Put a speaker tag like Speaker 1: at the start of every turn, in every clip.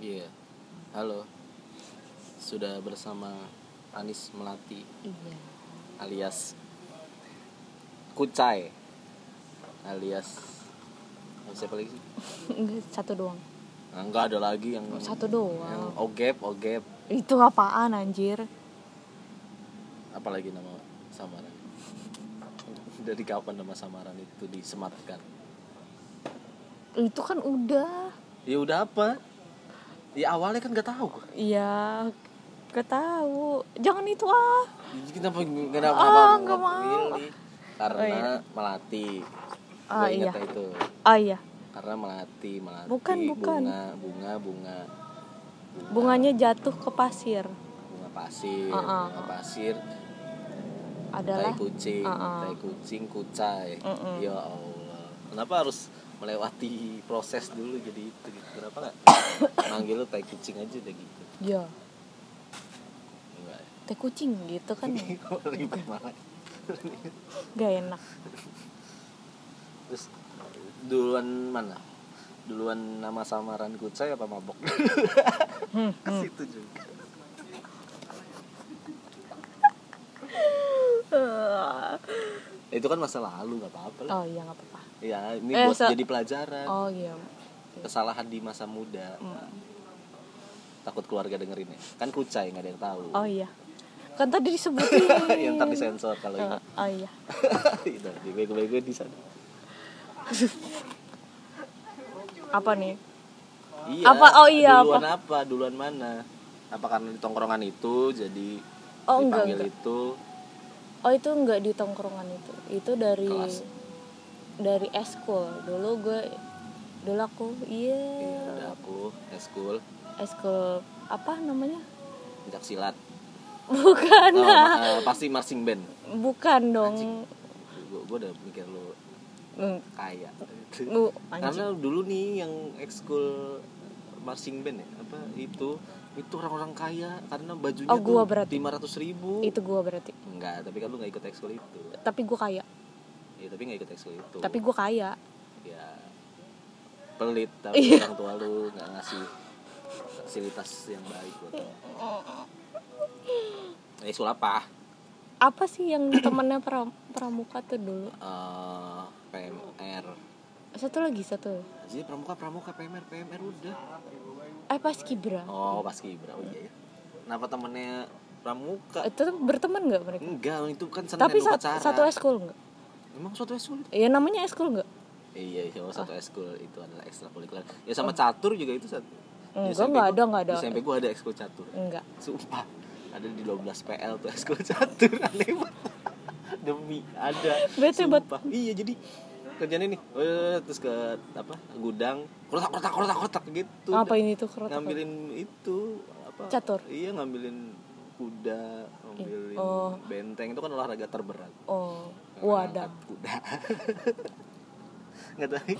Speaker 1: Iya. Halo. Sudah bersama Anis Melati
Speaker 2: Iya.
Speaker 1: alias Kucai alias oh, siapa lagi sih?
Speaker 2: Enggak, satu doang.
Speaker 1: Nah, enggak ada lagi yang
Speaker 2: Satu
Speaker 1: yang
Speaker 2: doang.
Speaker 1: Ogep, Ogep,
Speaker 2: Itu apaan anjir?
Speaker 1: apalagi nama samaran. Dari kapan nama samaran itu disematkan?
Speaker 2: Itu kan udah.
Speaker 1: Ya udah apa? Ya awalnya kan nggak tahu gua.
Speaker 2: Iya. Gak tahu. Jangan itu ah.
Speaker 1: Kenapa kenapa
Speaker 2: Ah,
Speaker 1: apa
Speaker 2: nggak mau.
Speaker 1: milih? Karena
Speaker 2: Oh, iya.
Speaker 1: melati.
Speaker 2: Ah,
Speaker 1: Gua ingat
Speaker 2: iya.
Speaker 1: itu.
Speaker 2: Ah iya.
Speaker 1: Karena melati, melati.
Speaker 2: Bukan, bukan.
Speaker 1: Bunga, bunga, bunga.
Speaker 2: Bunganya jatuh ke pasir.
Speaker 1: Bunga pasir,
Speaker 2: Ah, ah,
Speaker 1: bunga
Speaker 2: ah.
Speaker 1: pasir. Tai
Speaker 2: Adalah
Speaker 1: kucing,
Speaker 2: Ah, ah.
Speaker 1: tai kucing, kucai.
Speaker 2: Mm-mm.
Speaker 1: Ya Allah. Kenapa harus melewati proses dulu jadi itu gitu. Kenapa nggak manggil lu tai kucing aja udah gitu.
Speaker 2: ya
Speaker 1: Enggak. ya.
Speaker 2: teh kucing gitu kan.
Speaker 1: Ribet malah.
Speaker 2: Gak enak.
Speaker 1: Terus duluan mana? Duluan nama samaran kucai apa mabok?
Speaker 2: Hmm,
Speaker 1: Ke situ juga. Itu kan masa lalu nggak apa-apa lah.
Speaker 2: Oh iya nggak apa-apa.
Speaker 1: Ya, ini
Speaker 2: Eh,
Speaker 1: buat
Speaker 2: se-
Speaker 1: jadi pelajaran.
Speaker 2: Oh iya.
Speaker 1: Kesalahan di masa muda.
Speaker 2: Mm.
Speaker 1: Nah, Takut keluarga dengerin ya. Kan kucai nggak ada yang tahu.
Speaker 2: Oh iya. Kan tadi disebutin.
Speaker 1: yang ntar disensor kalau ini.
Speaker 2: Eh, oh iya.
Speaker 1: Itu di bego-bego di sana.
Speaker 2: Apa nih?
Speaker 1: Iya.
Speaker 2: Apa? Oh, iya,
Speaker 1: Duluan apa? Duluan mana? Apa karena di tongkrongan itu jadi
Speaker 2: Oh, enggak,
Speaker 1: dipanggil itu
Speaker 2: Oh itu nggak di tongkrongan itu. Itu dari
Speaker 1: Kelas.
Speaker 2: dari eskul. Dulu gue dulu aku iya
Speaker 1: Iya, udah aku eskul
Speaker 2: eskul apa namanya?
Speaker 1: pencak silat.
Speaker 2: Bukan.
Speaker 1: Oh, ma- eh, pasti marching band.
Speaker 2: Bukan dong.
Speaker 1: Gue udah mikir lu
Speaker 2: Mm,
Speaker 1: kaya.
Speaker 2: Bu, anjing.
Speaker 1: Karena dulu nih yang ekskul marching band ya apa itu itu orang-orang kaya karena bajunya
Speaker 2: Oh, gua berarti.
Speaker 1: lima ratus ribu
Speaker 2: Itu gue berarti.
Speaker 1: enggak tapi kan lu nggak ikut ekskul itu
Speaker 2: Tapi gue kaya.
Speaker 1: ya tapi nggak ikut ekskul itu
Speaker 2: Tapi gue kaya.
Speaker 1: ya pelit tapi
Speaker 2: Iya.
Speaker 1: orang tua lu nggak ngasih fasilitas yang baik buat lu eh sulapa
Speaker 2: Apa sih yang temennya pra- pramuka tuh dulu?
Speaker 1: Eh, PMR
Speaker 2: Satu lagi satu.
Speaker 1: jadi pramuka pramuka PMR PMR udah
Speaker 2: Eh pas kibra.
Speaker 1: oh pas kibra oh iya ya kenapa temennya pramuka
Speaker 2: Itu tuh berteman nggak mereka?
Speaker 1: Enggak, itu kan senen
Speaker 2: Tapi
Speaker 1: lu
Speaker 2: sat-
Speaker 1: pacaran.
Speaker 2: satu eskul nggak?
Speaker 1: Emang satu eskul?
Speaker 2: Ya namanya eskul nggak?
Speaker 1: Iya, iya, oh, satu eskul itu adalah ekstrakurikuler. Ya sama catur juga itu satu.
Speaker 2: Oh. Enggak, enggak ada, enggak ada.
Speaker 1: Di SMP gua ada ekskul catur.
Speaker 2: Enggak.
Speaker 1: Sumpah. Ada di 12 PL tuh ekskul catur aneh banget. Demi ada.
Speaker 2: Bete banget.
Speaker 1: Sumpah. Iya, jadi kerjanya nih eh, terus ke apa gudang kotak kotak kotak kotak gitu
Speaker 2: Apa ini tuh kereta?
Speaker 1: ngambilin itu apa
Speaker 2: Catur.
Speaker 1: iya ngambilin kuda ngambilin
Speaker 2: Oh.
Speaker 1: benteng itu kan olahraga terberat
Speaker 2: Oh, wadah.
Speaker 1: Angkat kuda nggak tahu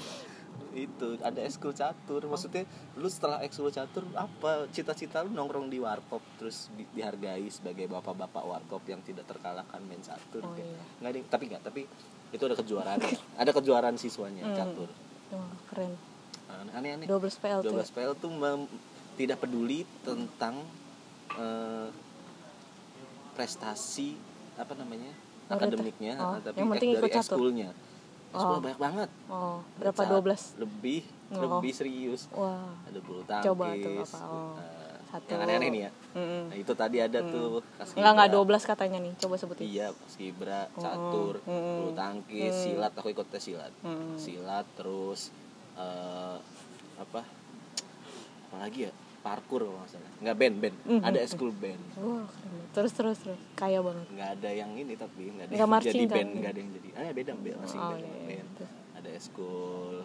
Speaker 1: itu ada ekskul catur maksudnya lu setelah ekskul catur apa cita-cita lu nongkrong di warkop terus di- dihargai sebagai bapak-bapak warkop yang tidak terkalahkan main catur
Speaker 2: Oh,
Speaker 1: kayak.
Speaker 2: iya.
Speaker 1: nggak ada- tapi nggak tapi itu ada kejuaraan ada kejuaraan siswanya
Speaker 2: Hmm.
Speaker 1: catur
Speaker 2: Wah, keren.
Speaker 1: aneh-aneh
Speaker 2: 12 PL tuh. ya?
Speaker 1: 12 PL tuh mem- tidak peduli tentang eh, prestasi apa namanya
Speaker 2: Murid.
Speaker 1: akademiknya eh,
Speaker 2: Oh,
Speaker 1: tapi
Speaker 2: yang
Speaker 1: ek-
Speaker 2: penting
Speaker 1: dari
Speaker 2: ikut catur.
Speaker 1: ekskulnya ekskul
Speaker 2: Oh.
Speaker 1: banyak banget
Speaker 2: Oh, berapa
Speaker 1: Cat-
Speaker 2: 12?
Speaker 1: lebih
Speaker 2: Oh.
Speaker 1: lebih serius
Speaker 2: Wah.
Speaker 1: ada bulu tangkis
Speaker 2: Coba tuh apa? Oh.
Speaker 1: eh,
Speaker 2: Satu. Hmm.
Speaker 1: yang aneh-aneh nih ya
Speaker 2: Mm-mm.
Speaker 1: nah itu tadi ada tuh kas
Speaker 2: Enggak enggak
Speaker 1: kibra.
Speaker 2: 12 katanya nih. Coba sebutin.
Speaker 1: iya pas kibra
Speaker 2: Oh,
Speaker 1: catur bulu tangkis
Speaker 2: Hmm.
Speaker 1: silat aku ikut tes silat
Speaker 2: Mm.
Speaker 1: silat terus eh, apa apalagi ya parkur kalau nggak salah nggak band band
Speaker 2: Hmm,
Speaker 1: ada school band
Speaker 2: Wah, keren. Terus terus terus. Kaya banget.
Speaker 1: nggak ada yang ini tapi nggak ada
Speaker 2: Nggak
Speaker 1: yang jadi
Speaker 2: marching
Speaker 1: band
Speaker 2: tapi.
Speaker 1: nggak ada yang jadi ah beda band masih
Speaker 2: Oh,
Speaker 1: band,
Speaker 2: iya,
Speaker 1: sama
Speaker 2: iya,
Speaker 1: band.
Speaker 2: terus.
Speaker 1: ada school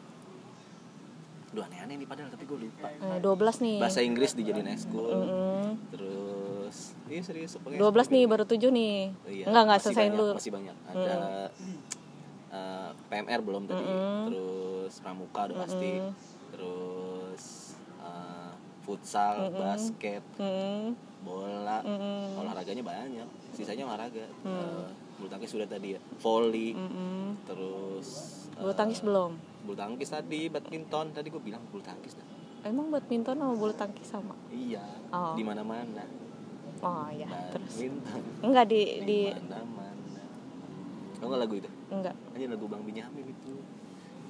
Speaker 1: Duh aneh-aneh nih padahal tapi gue lupa
Speaker 2: Eh, 12 nih.
Speaker 1: bahasa Inggris dijadiin
Speaker 2: Hmm,
Speaker 1: school
Speaker 2: Mm-mm.
Speaker 1: terus iya serius pokoknya
Speaker 2: 12
Speaker 1: school
Speaker 2: nih
Speaker 1: band.
Speaker 2: baru 7 nih.
Speaker 1: Oh, iya.
Speaker 2: Enggak enggak
Speaker 1: Masih
Speaker 2: selesaiin
Speaker 1: banyak,
Speaker 2: lu.
Speaker 1: masih banyak ada eh, PMR belum tadi terus pramuka udah pasti terus eh, futsal basket
Speaker 2: Mm-mm.
Speaker 1: bola
Speaker 2: Mm-mm. Mm.
Speaker 1: olahraganya banyak sisanya olahraga Eh, bulu tangkis sudah tadi ya volley
Speaker 2: Mm-mm.
Speaker 1: terus eh,
Speaker 2: Mm. Bulu tangkis belum.
Speaker 1: bulu tangkis tadi badminton tadi gue bilang bulu tangkis dah
Speaker 2: Emang badminton sama bulu tangkis sama?
Speaker 1: Iya.
Speaker 2: Oh.
Speaker 1: Di mana-mana.
Speaker 2: Oh ya,
Speaker 1: Nah,
Speaker 2: terus
Speaker 1: Badminton.
Speaker 2: enggak di di
Speaker 1: Di mana-mana. Tahu nggak lagu itu?
Speaker 2: enggak.
Speaker 1: Hanya lagu Bang Binyamin itu.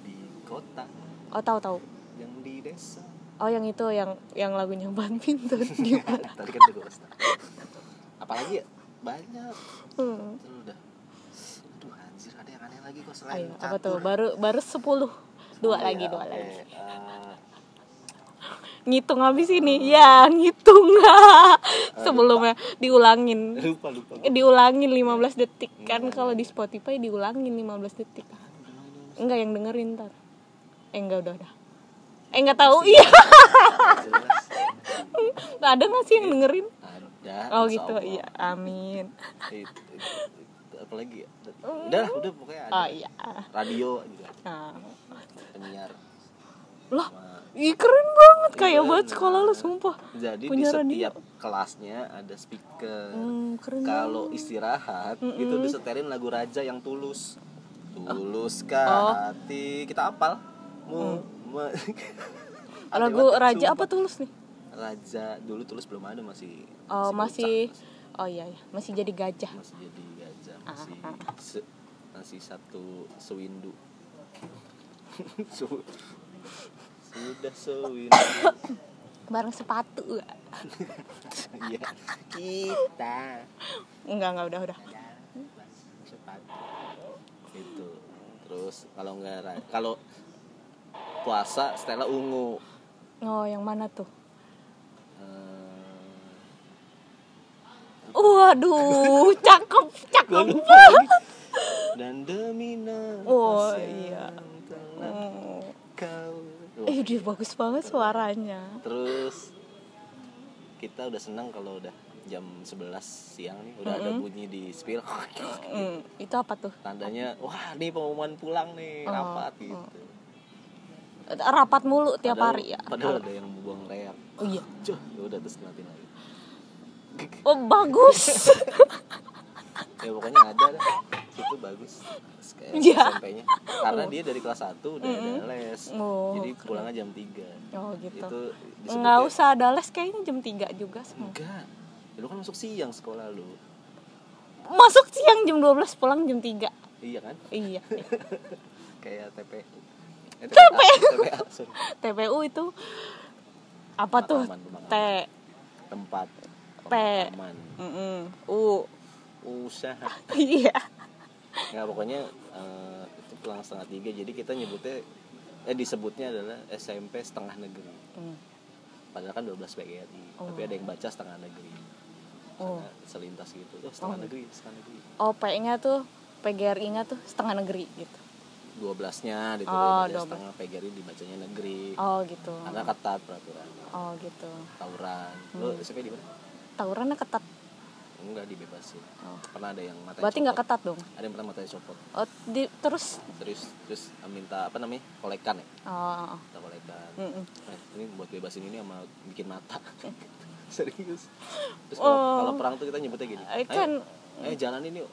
Speaker 1: Di kota
Speaker 2: Oh tahu tahu.
Speaker 1: yang di desa.
Speaker 2: Oh yang itu yang yang lagunya badminton di mana?
Speaker 1: Tadi kan lagu Western. Apalagi ya? banyak.
Speaker 2: Hmm.
Speaker 1: Terus udah. Aduh anjir ada yang aneh lagi kok selain
Speaker 2: Ayo, apa
Speaker 1: catur.
Speaker 2: tuh? Baru baru 10.
Speaker 1: Oh,
Speaker 2: Dua lagi,
Speaker 1: iya,
Speaker 2: dua
Speaker 1: oke.
Speaker 2: lagi.
Speaker 1: Eh,
Speaker 2: Ngitung habis ini. Ya, ngitung. Sebelumnya diulangin.
Speaker 1: lupa lupa. lupa.
Speaker 2: Diulangin 15 detik kan kalau di Spotify diulangin 15 detik. Enggak yang dengerin ntar Eh enggak udah udah. Eh enggak tahu. Iya.
Speaker 1: Jelas.
Speaker 2: Ada nggak sih yang dengerin?
Speaker 1: Ada. Ya,
Speaker 2: Oh
Speaker 1: insya
Speaker 2: gitu.
Speaker 1: Allah.
Speaker 2: Iya, amin.
Speaker 1: Itu, itu, itu, apalagi ya? Udah lah, udah pokoknya ada.
Speaker 2: Oh iya.
Speaker 1: Radio juga
Speaker 2: Nah.
Speaker 1: penyiar.
Speaker 2: Lah,
Speaker 1: Nah,
Speaker 2: Ih, keren banget kayak
Speaker 1: Keren
Speaker 2: banget sekolah lu
Speaker 1: banget.
Speaker 2: sumpah.
Speaker 1: Iya. Jadi
Speaker 2: Punya
Speaker 1: di setiap
Speaker 2: radio.
Speaker 1: kelasnya ada speaker.
Speaker 2: Hmm, keren.
Speaker 1: Kalau istirahat itu disetelin lagu Raja yang tulus. Tuluskah
Speaker 2: Oh.
Speaker 1: hati kita apal? Mu, me- Apal
Speaker 2: Lagu
Speaker 1: banget,
Speaker 2: Raja
Speaker 1: sumpah.
Speaker 2: apa tulus nih?
Speaker 1: Raja dulu tulus belum ada masih.
Speaker 2: Oh, masih
Speaker 1: bocah,
Speaker 2: Oh iya, iya. masih jadi gajah.
Speaker 1: masih jadi gajah masih
Speaker 2: Ah,
Speaker 1: se- masih satu sewindu. Su- Sudah sewindu.
Speaker 2: Bareng sepatu. ya. nggak?
Speaker 1: Iya. Kita
Speaker 2: Enggak, enggak udah udah.
Speaker 1: sepatu. Itu. Terus kalau nggak ra- kalau puasa Stella ungu.
Speaker 2: Oh, yang mana tuh?
Speaker 1: Eh,
Speaker 2: Waduh, cakep,
Speaker 1: gua
Speaker 2: cakep.
Speaker 1: lupa lagi. Dan demi nafas
Speaker 2: Oh,
Speaker 1: yang
Speaker 2: iya.
Speaker 1: telah
Speaker 2: Hmm.
Speaker 1: kau. Wah,
Speaker 2: Eh, dia bagus banget suaranya.
Speaker 1: Terus kita udah senang kalau udah jam 11 siang nih udah ada bunyi di spill
Speaker 2: Hmm, itu apa tuh?
Speaker 1: tandanya wah nih pengumuman pulang
Speaker 2: Oh,
Speaker 1: nih rapat gitu
Speaker 2: Rapat mulu mm. tiap
Speaker 1: Padahal-
Speaker 2: hari ya.
Speaker 1: padahal ada yang buang leak
Speaker 2: Oh iya.
Speaker 1: Cuh, ya udah terus ngeliatin lagi
Speaker 2: Oh, bagus.
Speaker 1: ya pokoknya ada dah itu bagus Terus kayak
Speaker 2: Iya.
Speaker 1: SMP-nya karena dia dari kelas 1 udah ada les
Speaker 2: Oh,
Speaker 1: jadi pulangnya jam 3
Speaker 2: oh, gitu.
Speaker 1: itu disebutnya-
Speaker 2: Nggak usah ada les kayaknya jam 3 juga semua.
Speaker 1: enggak Ya, lu kan masuk siang sekolah lu
Speaker 2: Masuk siang jam 12, pulang jam 3.
Speaker 1: iya kan
Speaker 2: Iya.
Speaker 1: kayak TP eh, TPA, TPA, sorry.
Speaker 2: TPU itu apa tuh?
Speaker 1: Pemakaman, pemakaman.
Speaker 2: T
Speaker 1: tempat
Speaker 2: P.
Speaker 1: pemakaman
Speaker 2: Mm-mm. U.
Speaker 1: usaha
Speaker 2: Iya.
Speaker 1: nggak pokoknya eh, itu pulang setengah tiga jadi kita nyebutnya eh disebutnya adalah SMP setengah negeri
Speaker 2: Hmm.
Speaker 1: padahal kan 12 PGRI tapi ada yang baca setengah negeri
Speaker 2: Oh.
Speaker 1: Karena selintas gitu oh, setengah negeri setengah negeri
Speaker 2: Oh, P-nya tuh PGRI-nya tuh setengah negeri gitu.
Speaker 1: 12 nya ditulis
Speaker 2: Oh,
Speaker 1: aja
Speaker 2: 12.
Speaker 1: setengah PGRI dibacanya negeri
Speaker 2: Oh, gitu.
Speaker 1: karena ketat peraturan
Speaker 2: Oh, gitu.
Speaker 1: tawuran
Speaker 2: Hmm.
Speaker 1: lu SMP di mana
Speaker 2: Tawurannya ketat.
Speaker 1: enggak dibebasin
Speaker 2: Oh.
Speaker 1: pernah ada yang matanya
Speaker 2: Berarti nggak
Speaker 1: copot.
Speaker 2: ketat dong.
Speaker 1: ada yang pernah matanya copot
Speaker 2: Oh, di- terus
Speaker 1: terus terus eh, minta apa namanya kolekan ya
Speaker 2: oh, oh, oh.
Speaker 1: minta kolekan
Speaker 2: Mm-mm.
Speaker 1: Nah, ini buat bebasin ini sama bikin mata serius terus kalau
Speaker 2: Oh.
Speaker 1: kalau perang tuh kita nyebutnya gini
Speaker 2: Eh, kan-
Speaker 1: ayo, ayo jalan ini yuk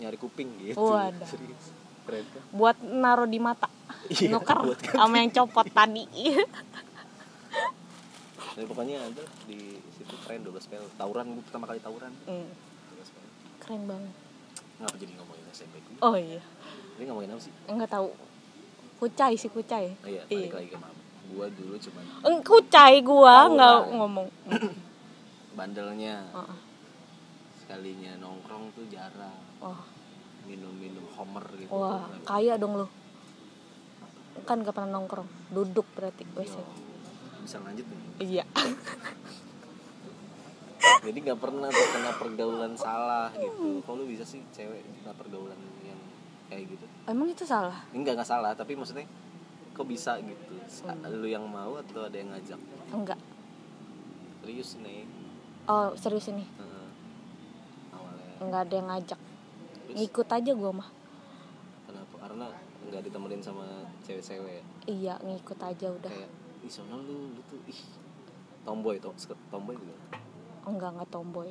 Speaker 1: nyari kuping gitu
Speaker 2: Wadah.
Speaker 1: serius keren kan
Speaker 2: buat naruh di mata.
Speaker 1: Iya,
Speaker 2: Nuker
Speaker 1: buat ganti.
Speaker 2: sama yang copot tadi.
Speaker 1: Nah, pokoknya ada di situ keren 12 pel tawuran gue pertama kali tawuran
Speaker 2: Hmm.
Speaker 1: 12 pel
Speaker 2: Keren banget.
Speaker 1: ngapa jadi ngomongin SMP gue
Speaker 2: Oh iya.
Speaker 1: ini ngomongin apa sih
Speaker 2: Enggak tahu. Kucai sih kucai.
Speaker 1: oh, iya balik lagi ke mama gua dulu cuman
Speaker 2: Eng- Kucai gua
Speaker 1: Tawuran.
Speaker 2: nggak ngomong.
Speaker 1: bandelnya
Speaker 2: Oh,
Speaker 1: sekalinya nongkrong tuh jarang
Speaker 2: oh.
Speaker 1: minum-minum homer gitu
Speaker 2: Wah, kaya dong lu. Kan gak pernah nongkrong, duduk berarti
Speaker 1: Yo,
Speaker 2: WC.
Speaker 1: bisa lanjut nih
Speaker 2: Iya.
Speaker 1: jadi nggak pernah terkena pergaulan salah gitu kalau bisa sih cewek kena pergaulan yang kayak gitu
Speaker 2: Emang itu salah?
Speaker 1: enggak nggak salah tapi maksudnya kok bisa gitu Sa- lu yang mau atau ada yang ngajak
Speaker 2: Enggak.
Speaker 1: serius nih
Speaker 2: Oh, serius ini.
Speaker 1: Heeh. awalnya
Speaker 2: Enggak ada yang ngajak.
Speaker 1: terus
Speaker 2: Ngikut aja gua mah.
Speaker 1: kenapa karena nggak ditemenin sama cewek-cewek
Speaker 2: Iya, ngikut aja udah.
Speaker 1: kayak ih sono lu lu tuh ih tomboy to tomboy gitu
Speaker 2: Enggak, enggak tomboy.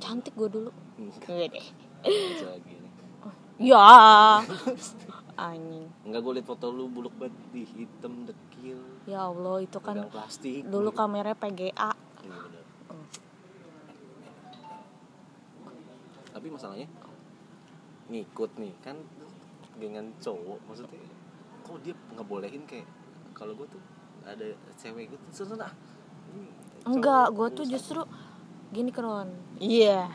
Speaker 2: Cantik gua dulu.
Speaker 1: enggak
Speaker 2: Gue Iya deh.
Speaker 1: aja gini
Speaker 2: Ya. Anjing.
Speaker 1: enggak gue liat foto lu buluk banget ih, hitam dekil
Speaker 2: ya allah itu kan
Speaker 1: Pegang plastik
Speaker 2: dulu kameranya
Speaker 1: Iya,
Speaker 2: PGA
Speaker 1: bener. tapi masalahnya ngikut nih kan dengan cowok maksudnya kok dia ngebolehin kayak kalau gue tuh ada cewek gue tuh seneng ah Ini cowok
Speaker 2: enggak gue tuh
Speaker 1: urusan.
Speaker 2: justru gini kron iya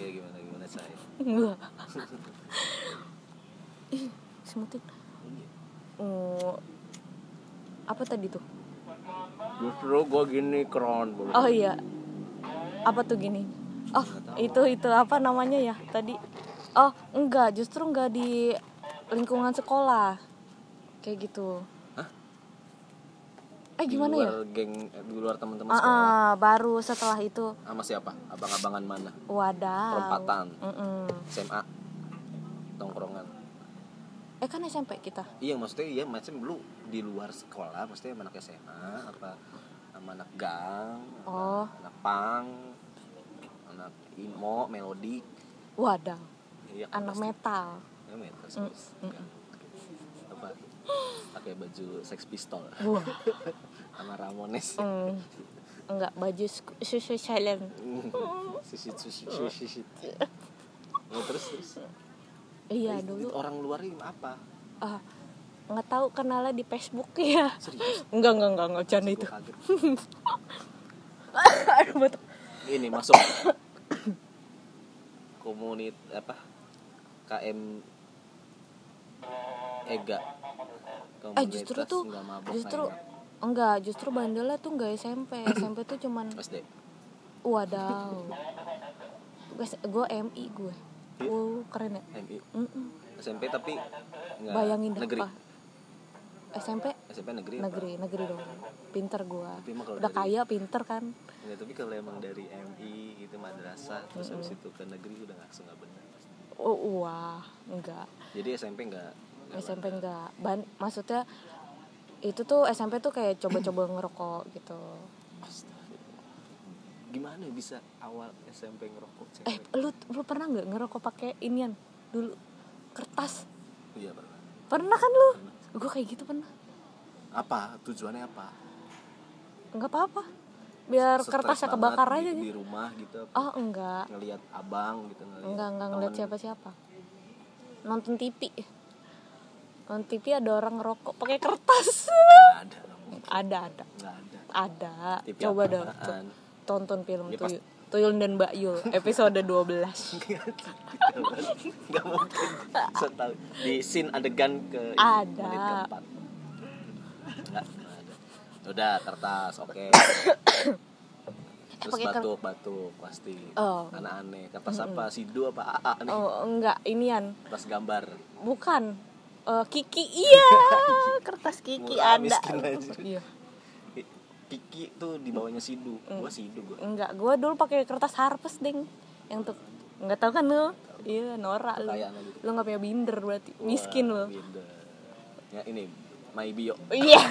Speaker 1: ya gimana gimana saya
Speaker 2: enggak ih semutin Oh, apa tadi tuh
Speaker 1: justru gue gini kron boleh
Speaker 2: oh iya apa tuh gini oh itu itu apa namanya ya tadi oh enggak justru enggak di lingkungan sekolah kayak gitu
Speaker 1: Hah?
Speaker 2: eh gimana
Speaker 1: di
Speaker 2: ya
Speaker 1: luar geng eh, di luar teman-teman
Speaker 2: Ah,
Speaker 1: sekolah
Speaker 2: ah, baru setelah itu
Speaker 1: sama siapa abang-abangan mana
Speaker 2: wadah
Speaker 1: perempatan
Speaker 2: Mm-mm.
Speaker 1: SMA tongkrongan
Speaker 2: eh kan SMP kita
Speaker 1: iya maksudnya iya macam lu di luar sekolah maksudnya sama anak SMA apa sama anak gang apa
Speaker 2: Oh.
Speaker 1: anak pang anak imo melodik
Speaker 2: wadah
Speaker 1: iya kan
Speaker 2: anak Mm,
Speaker 1: pasti.
Speaker 2: metal
Speaker 1: Ya, metal, terus apa pakai baju sex pistol
Speaker 2: wah
Speaker 1: sama Ramones
Speaker 2: mm. enggak baju sku- susu silent
Speaker 1: sisit sisit sisit, sisit Nah, terus terus
Speaker 2: iya
Speaker 1: Terus
Speaker 2: dulu
Speaker 1: orang luar ini apa
Speaker 2: ah nggak tahu kenalnya di Facebook ya
Speaker 1: serius
Speaker 2: enggak enggak enggak enggak canda
Speaker 1: Gua
Speaker 2: itu
Speaker 1: kaget.
Speaker 2: Aduh, betul.
Speaker 1: ini masuk komunit apa KM Ega
Speaker 2: eh justru tuh
Speaker 1: nggak mabok,
Speaker 2: justru
Speaker 1: nggak enak.
Speaker 2: enggak justru bandelnya tuh enggak SMP SMP tuh cuman
Speaker 1: SD
Speaker 2: wadaw guys gue MI gue
Speaker 1: Iya.
Speaker 2: wow keren ya
Speaker 1: MI
Speaker 2: Mm-mm.
Speaker 1: SMP tapi nggak
Speaker 2: bayangin dah
Speaker 1: negeri
Speaker 2: Pak. SMP
Speaker 1: SMP negeri apa?
Speaker 2: negeri negeri dong pinter gue
Speaker 1: Tapi emang kalau
Speaker 2: udah
Speaker 1: dari-
Speaker 2: kaya pinter kan
Speaker 1: Nggak, Ya, tapi kalau emang dari MI gitu madrasah terus habis itu ke negeri udah langsung nggak benar
Speaker 2: oh, wah enggak
Speaker 1: jadi SMP nggak nggak
Speaker 2: SMP enggak Ban maksudnya itu tuh SMP tuh kayak coba-coba ngerokok gitu
Speaker 1: benar. Astaga. gimana bisa awal SMP ngerokok
Speaker 2: eh
Speaker 1: cewek
Speaker 2: lu lu pernah nggak ngerokok pakai inian dulu kertas
Speaker 1: iya pernah
Speaker 2: pernah kan lu gue kayak gitu pernah
Speaker 1: apa tujuannya apa
Speaker 2: nggak apa-apa biar
Speaker 1: Stres
Speaker 2: kertasnya
Speaker 1: banget
Speaker 2: kebakar
Speaker 1: di-
Speaker 2: aja
Speaker 1: di,
Speaker 2: gitu
Speaker 1: rumah gitu apa,
Speaker 2: oh enggak
Speaker 1: ngelihat abang gitu ngelihat
Speaker 2: enggak enggak ngeliat
Speaker 1: temen.
Speaker 2: siapa-siapa nonton TV nonton TV ada orang ngerokok pakai kertas
Speaker 1: Nggak ada nggak
Speaker 2: ada ada
Speaker 1: ada
Speaker 2: ada
Speaker 1: TV
Speaker 2: coba dong
Speaker 1: apaan?
Speaker 2: tonton film
Speaker 1: Ya,
Speaker 2: Tuyul Tuyul dan Mbak Yul episode 12
Speaker 1: nggak mungkin setahu di scene adegan ke
Speaker 2: Ada.
Speaker 1: menit keempat nggak nggak ada udah kertas oke terus
Speaker 2: Pakai ker-
Speaker 1: batuk batuk pasti
Speaker 2: Oh.
Speaker 1: anak aneh kertas apa sidu apa aa nih
Speaker 2: oh enggak inian
Speaker 1: kertas gambar
Speaker 2: bukan Eh, Kiki iya kertas Kiki
Speaker 1: Murah,
Speaker 2: ada
Speaker 1: miskin aja.
Speaker 2: iya
Speaker 1: Kiki tuh di bawahnya sidu
Speaker 2: Mm.
Speaker 1: gua sidu gua
Speaker 2: enggak gua dulu pakai kertas harvest deng yang tuh enggak tahu kan lu iya Nora lu
Speaker 1: Kekayaan lu gitu.
Speaker 2: lu nggak punya binder berarti miskin
Speaker 1: Wah, gitu.
Speaker 2: lu
Speaker 1: beda. ya ini my bio
Speaker 2: iya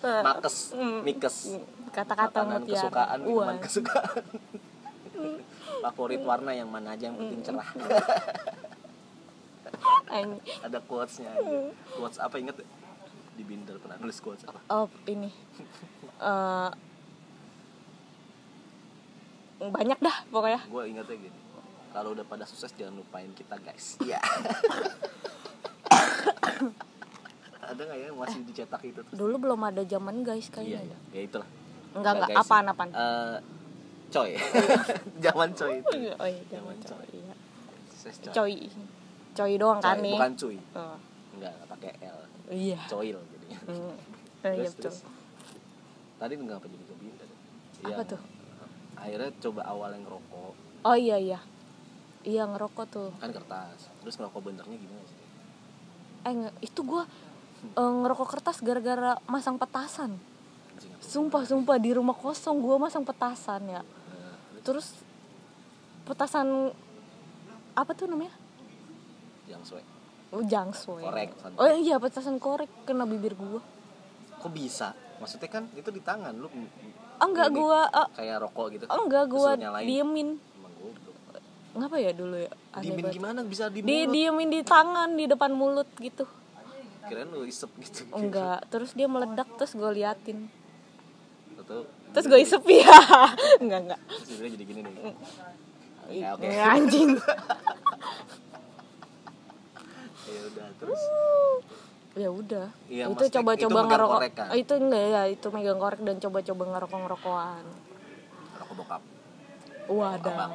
Speaker 2: Eh,
Speaker 1: makes mikes
Speaker 2: kata-kata
Speaker 1: makanan
Speaker 2: mutiara
Speaker 1: kesukaan minuman
Speaker 2: Mm. Wah.
Speaker 1: kesukaan favorit warna yang mana aja yang
Speaker 2: Mm.
Speaker 1: penting cerah
Speaker 2: Anj-
Speaker 1: ada quotesnya aja. quotes apa inget ya? di binder pernah nulis quotes apa
Speaker 2: oh ini Eh, banyak dah pokoknya
Speaker 1: gue ingetnya gini kalau udah pada sukses jangan lupain kita guys Iya ada nggak ya yang masih dicetak itu terus
Speaker 2: dulu belum ada zaman
Speaker 1: iya
Speaker 2: guys kayaknya
Speaker 1: iya ya itulah
Speaker 2: Enggak, enggak.
Speaker 1: guys.
Speaker 2: Apaan, apaan?
Speaker 1: Eh, coy zaman coy itu
Speaker 2: oh iya zaman
Speaker 1: Zaman
Speaker 2: coy iya.
Speaker 1: Sukses
Speaker 2: coy coy doang kan
Speaker 1: Nah. Coy,
Speaker 2: nih
Speaker 1: bukan cuy
Speaker 2: Oh,
Speaker 1: nggak nggak pakai L
Speaker 2: iya
Speaker 1: coil jadinya
Speaker 2: Hmm. Eh, iya
Speaker 1: terus,
Speaker 2: betul
Speaker 1: terus. tadi nggak apa jadi kebintar
Speaker 2: Apa tuh?
Speaker 1: akhirnya coba awal yang ngerokok
Speaker 2: oh iya iya iya ngerokok tuh
Speaker 1: kan kertas terus ngerokok benernya gimana sih
Speaker 2: eh nge- itu gua eh, ngerokok kertas gara-gara masang petasan
Speaker 1: Anjing, apa?
Speaker 2: sumpah sumpah di rumah kosong gua masang petasan ya
Speaker 1: Nah, terus
Speaker 2: terus petasan apa tuh namanya
Speaker 1: yang sesuai
Speaker 2: Oh, jangsoy.
Speaker 1: Korek.
Speaker 2: Oh iya, petasan korek kena bibir gua.
Speaker 1: kok bisa maksudnya kan itu di tangan lu m- m-
Speaker 2: Ah, enggak
Speaker 1: ini,
Speaker 2: gua eh,
Speaker 1: kayak rokok gitu
Speaker 2: ah, enggak
Speaker 1: Terus
Speaker 2: gua
Speaker 1: lu nyalain.
Speaker 2: diemin.
Speaker 1: Emang goblok.
Speaker 2: Ngapa ya dulu ya? Aneh
Speaker 1: diemin
Speaker 2: banget.
Speaker 1: gimana bisa di
Speaker 2: Di
Speaker 1: mulut
Speaker 2: diemin di tangan di depan mulut gitu.
Speaker 1: kirain lu isep gitu
Speaker 2: enggak terus dia meledak terus gue liatin
Speaker 1: atau
Speaker 2: terus gue isep ya enggak enggak
Speaker 1: terus jadinya jadi gini nih
Speaker 2: Mm. Ih,
Speaker 1: ya oke
Speaker 2: anjing
Speaker 1: ya udah terus
Speaker 2: ya udah
Speaker 1: Iya,
Speaker 2: itu
Speaker 1: maksudnya itu
Speaker 2: coba-coba
Speaker 1: megang
Speaker 2: ngerokok
Speaker 1: korek kan?
Speaker 2: itu enggak ya itu megang korek dan coba-coba ngerokok ngerokokan
Speaker 1: rokok bokap
Speaker 2: wadah
Speaker 1: Abang.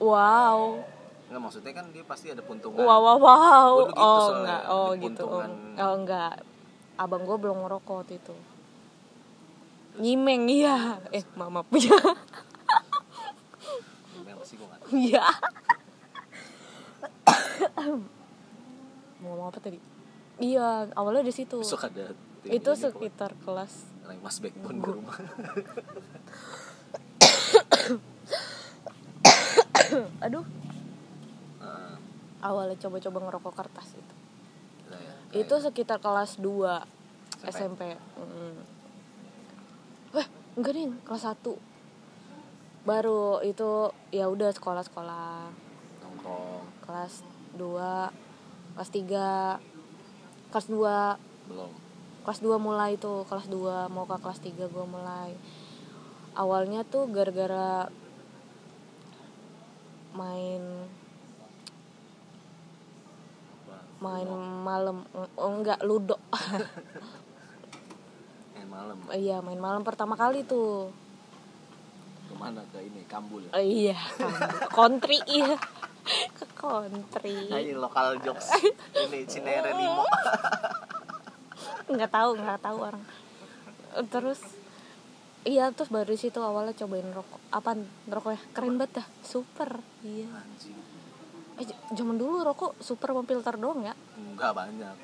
Speaker 2: wow
Speaker 1: nggak maksudnya kan dia pasti ada puntungan
Speaker 2: wow wow wow
Speaker 1: Gua dulu gitu
Speaker 2: oh
Speaker 1: soalnya,
Speaker 2: enggak oh
Speaker 1: di
Speaker 2: gitu oh,
Speaker 1: puntungan.
Speaker 2: oh enggak abang gue belum ngerokok waktu itu nyimeng iya eh mama punya
Speaker 1: Memang sih gua nggak tahu.
Speaker 2: iya mau ngomong apa tadi iya awalnya di situ
Speaker 1: besok ada tim
Speaker 2: itu
Speaker 1: ini,
Speaker 2: sekitar kelas
Speaker 1: pokoknya. Lain mas backbone di rumah
Speaker 2: aduh
Speaker 1: Heeh.
Speaker 2: awalnya coba-coba ngerokok kertas itu
Speaker 1: Gila ya.
Speaker 2: itu sekitar kelas 2 SMP,
Speaker 1: SMP.
Speaker 2: Mm. Wah, enggak nih kelas 1 baru itu ya udah sekolah-sekolah
Speaker 1: nongkrong
Speaker 2: kelas 2 kelas 3 kelas 2
Speaker 1: belum
Speaker 2: kelas 2 mulai tuh kelas 2 mau ke kelas 3 gue mulai awalnya tuh gara-gara main
Speaker 1: Apa?
Speaker 2: main malam oh, enggak ludo
Speaker 1: main malam
Speaker 2: iya main malam pertama kali tuh
Speaker 1: kemana ke ini Kambul
Speaker 2: Oh, iya country iya ke country
Speaker 1: Nah, ini lokal jokes ini Cinere Limo
Speaker 2: nggak tahu nggak tahu orang terus iya terus baru di situ awalnya cobain rokok apa rokok ya keren banget dah super iya
Speaker 1: anjing
Speaker 2: Eh, j- zaman dulu rokok super sama filter doang ya?
Speaker 1: enggak banyak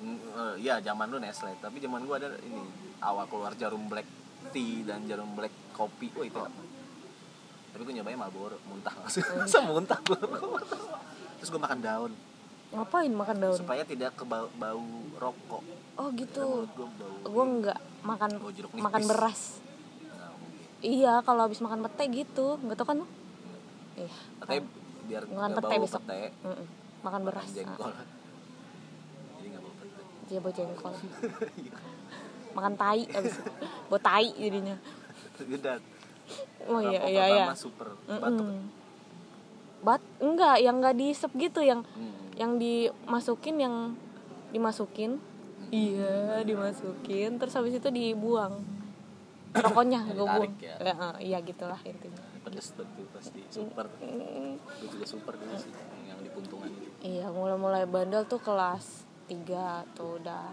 Speaker 1: Mm, eh, ya zaman lu Nestle tapi zaman gua ada ini awal keluar jarum black tea dan jarum black kopi wah itu apa? tapi gua nyobain Marlboro muntah langsung Masa muntah
Speaker 2: Iya.
Speaker 1: gua? terus gua makan daun
Speaker 2: Ngapain makan daun?
Speaker 1: supaya tidak ke bau, bau rokok
Speaker 2: Oh
Speaker 1: Karena
Speaker 2: gitu.
Speaker 1: menurut gua bau
Speaker 2: Gue nggak makan
Speaker 1: Bau jeruk nipis.
Speaker 2: makan beras.
Speaker 1: Nah, mungkin.
Speaker 2: Iya, kalau habis makan pete gitu, nggak tau kan? lu? Iya.
Speaker 1: Katanya biar
Speaker 2: Makan
Speaker 1: nggak
Speaker 2: pete
Speaker 1: bau
Speaker 2: besok.
Speaker 1: pete
Speaker 2: Mm-mm. Makan beras.
Speaker 1: makan jengkol jadi nggak bau pete
Speaker 2: Ah, Iya, bau jengkol.
Speaker 1: Iya.
Speaker 2: makan tai habis. Bau tai jadinya.
Speaker 1: udah
Speaker 2: Oh iya
Speaker 1: rokok
Speaker 2: iya iya.
Speaker 1: pertama super batuk
Speaker 2: Mm-mm. Bat enggak, yang nggak diisep gitu yang
Speaker 1: Hmm.
Speaker 2: yang dimasukin yang dimasukin iya dimasukin terus habis itu dibuang rokoknya
Speaker 1: Yang
Speaker 2: gue buang
Speaker 1: ditarik ya.
Speaker 2: Ya, eh, iya gitulah intinya
Speaker 1: pedes banget tuh pasti super
Speaker 2: Mm,
Speaker 1: gue juga super dulu sih yang di puntungan itu
Speaker 2: iya mulai-mulai bandel tuh kelas 3 tuh udah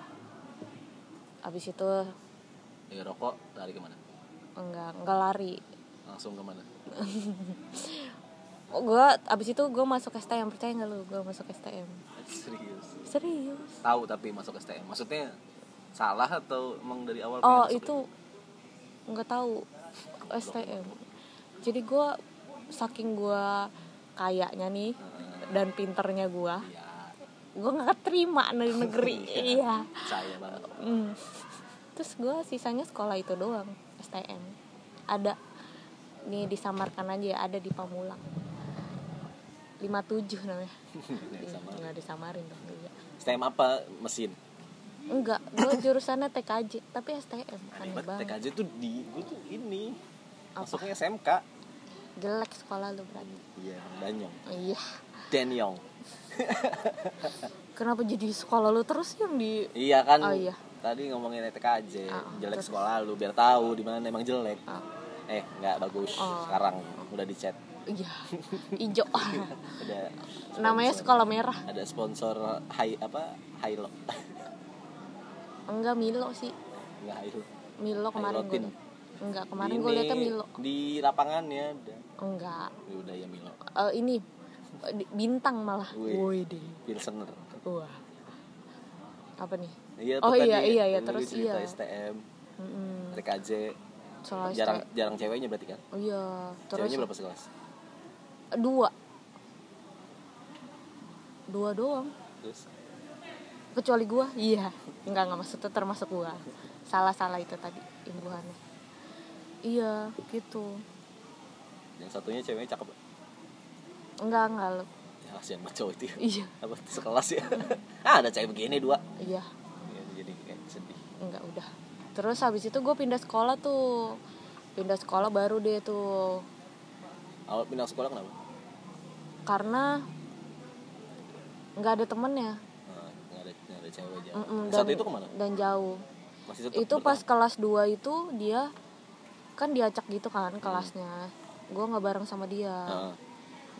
Speaker 2: habis itu
Speaker 1: dari rokok lari kemana
Speaker 2: enggak enggak lari
Speaker 1: langsung kemana
Speaker 2: oh, gue abis itu gue masuk STM percaya nggak lu gue masuk STM
Speaker 1: serius
Speaker 2: serius
Speaker 1: tahu tapi masuk STM maksudnya salah atau emang dari awal pengen
Speaker 2: Oh
Speaker 1: masuk ya?
Speaker 2: itu nggak tahu STM. Jadi gue saking gue kayaknya nih dan pinternya gue,
Speaker 1: Nah, iya
Speaker 2: gue nggak keterima dari negeri. iya.
Speaker 1: saya banget
Speaker 2: Mm. Terus gue sisanya sekolah itu doang STM. Ada nih disamarkan aja ya, ada di Pamulang. 57 namanya.
Speaker 1: Ya, sama
Speaker 2: Nggak disamarin dong iya.
Speaker 1: STM apa mesin
Speaker 2: Enggak, gue jurusannya TKJ, tapi STM aneh
Speaker 1: Ribet,
Speaker 2: banget.
Speaker 1: TKJ tuh di gue tuh ini
Speaker 2: Apa?
Speaker 1: masuknya SMK
Speaker 2: Jelek sekolah lu berarti.
Speaker 1: iya emang Danyong
Speaker 2: Iya.
Speaker 1: Danyong
Speaker 2: Kenapa jadi sekolah lu terus yang di
Speaker 1: iya kan
Speaker 2: Oh, iya.
Speaker 1: tadi ngomongin TKJ
Speaker 2: Ah,
Speaker 1: jelek
Speaker 2: terus.
Speaker 1: sekolah lu biar tahu di mana emang jelek
Speaker 2: Ah,
Speaker 1: eh nggak bagus
Speaker 2: Oh.
Speaker 1: sekarang udah dicat
Speaker 2: iya. Ijo.
Speaker 1: ada
Speaker 2: Namanya
Speaker 1: sponsor.
Speaker 2: sekolah merah.
Speaker 1: ada sponsor high apa Hilo
Speaker 2: Enggak Milo sih.
Speaker 1: nggak Hilo
Speaker 2: Milo kemarin gue.
Speaker 1: Hairotin.
Speaker 2: Enggak, kemarin gue liatnya Milo.
Speaker 1: di lapangannya ada
Speaker 2: Enggak.
Speaker 1: Ya udah ya Milo
Speaker 2: Eh, ini eh, di- bintang malah.
Speaker 1: Wih.
Speaker 2: Woi deh.
Speaker 1: Pilsener
Speaker 2: Wah. Apa nih?
Speaker 1: iya
Speaker 2: Oh,
Speaker 1: tuh
Speaker 2: iya,
Speaker 1: tadi
Speaker 2: iya, iya,
Speaker 1: lu
Speaker 2: terus
Speaker 1: cerita
Speaker 2: iya.
Speaker 1: STM
Speaker 2: Mm-mm.
Speaker 1: TKJ
Speaker 2: Soal
Speaker 1: jarang
Speaker 2: STM.
Speaker 1: jarang ceweknya berarti kan
Speaker 2: Oh iya, terus
Speaker 1: ceweknya berapa sekelas
Speaker 2: dua. Dua doang.
Speaker 1: terus
Speaker 2: kecuali gua iya nggak nggak maksud itu termasuk gua salah salah itu tadi imbuhannya iya gitu
Speaker 1: yang satunya ceweknya cakep
Speaker 2: nggak nggak lu
Speaker 1: Ya, kasihan banget cowok itu ya.
Speaker 2: Iya.
Speaker 1: apa sekelas ya ah ada cewek begini dua
Speaker 2: iya
Speaker 1: Ya, jadi kayak sedih
Speaker 2: enggak udah terus habis itu gue pindah sekolah tuh pindah sekolah baru deh tuh
Speaker 1: awal pindah sekolah kenapa
Speaker 2: karena nggak ada temennya
Speaker 1: Nah, nggak ada nggak ada cewek aja
Speaker 2: Mm-mm,
Speaker 1: saat itu kemana
Speaker 2: dan jauh
Speaker 1: masih tetap
Speaker 2: itu pas
Speaker 1: bertahan?
Speaker 2: kelas 2 itu dia kan diacak gitu kan kelasnya gue nggak bareng sama dia
Speaker 1: Heeh.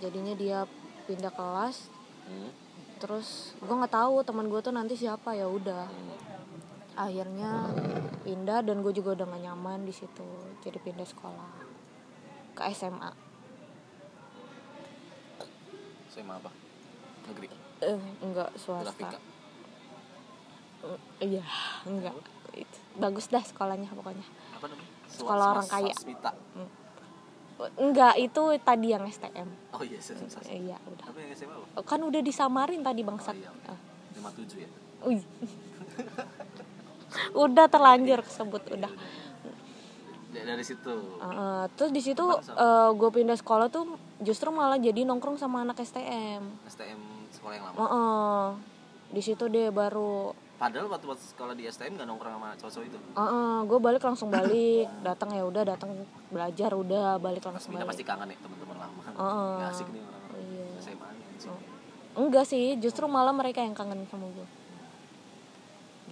Speaker 2: jadinya dia pindah kelas
Speaker 1: Hmm,
Speaker 2: terus gue nggak tahu teman gue tuh nanti siapa ya udah
Speaker 1: hmm.
Speaker 2: akhirnya pindah dan gue juga udah gak nyaman di situ jadi pindah sekolah ke SMA
Speaker 1: saya mau apa negeri
Speaker 2: eh, enggak swasta
Speaker 1: grafika
Speaker 2: Eh, iya enggak Itu. bagus dah sekolahnya pokoknya
Speaker 1: apa namanya Swa-
Speaker 2: Sekolah
Speaker 1: swa-
Speaker 2: orang kaya.
Speaker 1: swasmita.
Speaker 2: enggak itu tadi yang STM
Speaker 1: oh iya sensasi
Speaker 2: Eh, iya udah
Speaker 1: apa yang SMA apa
Speaker 2: kan udah disamarin tadi bangsat
Speaker 1: Oh, iya.
Speaker 2: Ah.
Speaker 1: lima tujuh ya
Speaker 2: Uy. udah terlanjur kesebut udah
Speaker 1: Da- dari situ
Speaker 2: Eh, terus di situ eh, gue pindah sekolah tuh justru malah jadi nongkrong sama anak STM
Speaker 1: STM sekolah yang lama
Speaker 2: Heeh. Di situ deh baru
Speaker 1: padahal waktu waktu sekolah di STM nggak nongkrong sama cowok itu
Speaker 2: Heeh, gue balik langsung balik, datang ya udah datang belajar udah balik
Speaker 1: pas
Speaker 2: langsung
Speaker 1: pindah
Speaker 2: balik.
Speaker 1: pasti kangen ya teman-teman lama
Speaker 2: Heeh.
Speaker 1: nggak asik nih orang-orang
Speaker 2: Iya.
Speaker 1: SMA nih anjing.
Speaker 2: Enggak sih, justru malah mereka yang kangen sama gue.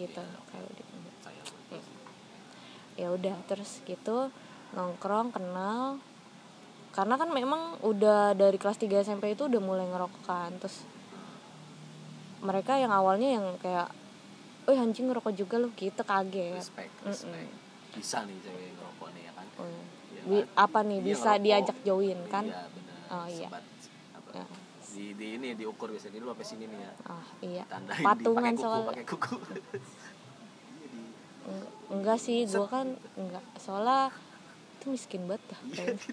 Speaker 2: Gitu
Speaker 1: Iya.
Speaker 2: kalau di-
Speaker 1: sayang
Speaker 2: Iya. ya udah terus gitu nongkrong kenal karena kan memang udah dari kelas 3 SMP itu udah mulai ngerokok kan terus mereka yang awalnya yang kayak eh anjing ngerokok juga lu gitu kaget
Speaker 1: respect respect bisa nih cewek ngerokok nih ya kan
Speaker 2: Hmm.
Speaker 1: Iya
Speaker 2: Bi- apa nih
Speaker 1: Iya,
Speaker 2: bisa
Speaker 1: ngerokok.
Speaker 2: diajak join kan
Speaker 1: iya benar
Speaker 2: Oh, iya.
Speaker 1: Sebat, apa,
Speaker 2: Ya.
Speaker 1: di, di ini diukur biasanya dulu sampai sini nih ya
Speaker 2: ah iya
Speaker 1: tandain
Speaker 2: patungan
Speaker 1: dipakai kuku
Speaker 2: soal
Speaker 1: pakai kuku
Speaker 2: Eng- enggak sih gua kan enggak soalnya itu miskin banget dah kayaknya.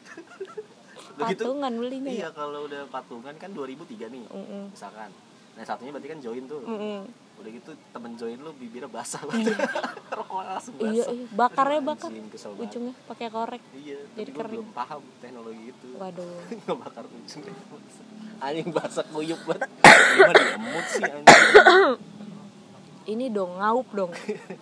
Speaker 1: Udah gitu,
Speaker 2: patungan belinya
Speaker 1: iya
Speaker 2: ya
Speaker 1: kalau udah patungan kan 2003 nih
Speaker 2: Mm-mm. Mm.
Speaker 1: misalkan nah satunya berarti kan join tuh
Speaker 2: Mm-mm.
Speaker 1: udah gitu temen join lu bibirnya basah banget rokok langsung basah
Speaker 2: iya iya, bakarnya
Speaker 1: Aduh,
Speaker 2: bakar
Speaker 1: anjing, kesel banget.
Speaker 2: ujungnya pakai korek
Speaker 1: iya
Speaker 2: Jadi
Speaker 1: jadi gue
Speaker 2: kering.
Speaker 1: belum paham teknologi itu
Speaker 2: waduh
Speaker 1: ngebakar ujungnya anjing basah kuyup banget gimana diemut sih anjing
Speaker 2: ini dong ngaup dong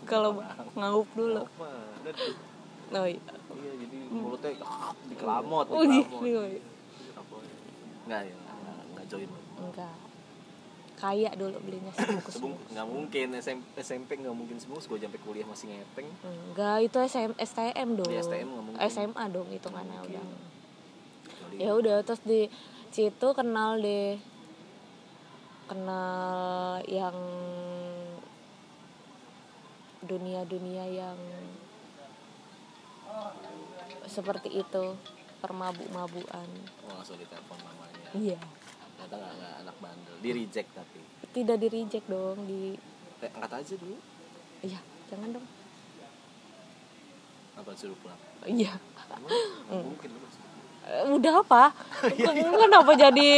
Speaker 2: kalau ngaup dulu
Speaker 1: apa Aduh.
Speaker 2: oh iya
Speaker 1: Iya, jadi mulutnya ah, dikelamot,
Speaker 2: Oh, iya,
Speaker 1: dikelamot.
Speaker 2: iya.
Speaker 1: Enggak ya, enggak- enggak join.
Speaker 2: enggak kaya dulu belinya sebungkus
Speaker 1: Sebung, enggak mungkin SMP, SMP enggak mungkin sebungkus gue sampai kuliah masih ngepeng.
Speaker 2: enggak itu SM, STM dong
Speaker 1: Iya, STM nggak mungkin.
Speaker 2: SMA dong itu karena
Speaker 1: Nggak
Speaker 2: udah
Speaker 1: mungkin. Jadi,
Speaker 2: ya udah terus di situ kenal deh kenal yang dunia-dunia yang seperti itu permabuk-mabuan
Speaker 1: gue langsung ditelepon mamanya.
Speaker 2: iya
Speaker 1: Ternyata enggak, enggak anak bandel, di reject tapi.
Speaker 2: tidak di reject dong di
Speaker 1: Eh, angkat aja dulu.
Speaker 2: iya jangan dong
Speaker 1: Apa suruh pulang?
Speaker 2: iya
Speaker 1: Emang nggak mungkin lu masuk.
Speaker 2: Eh, udah apa Iya, kenapa jadi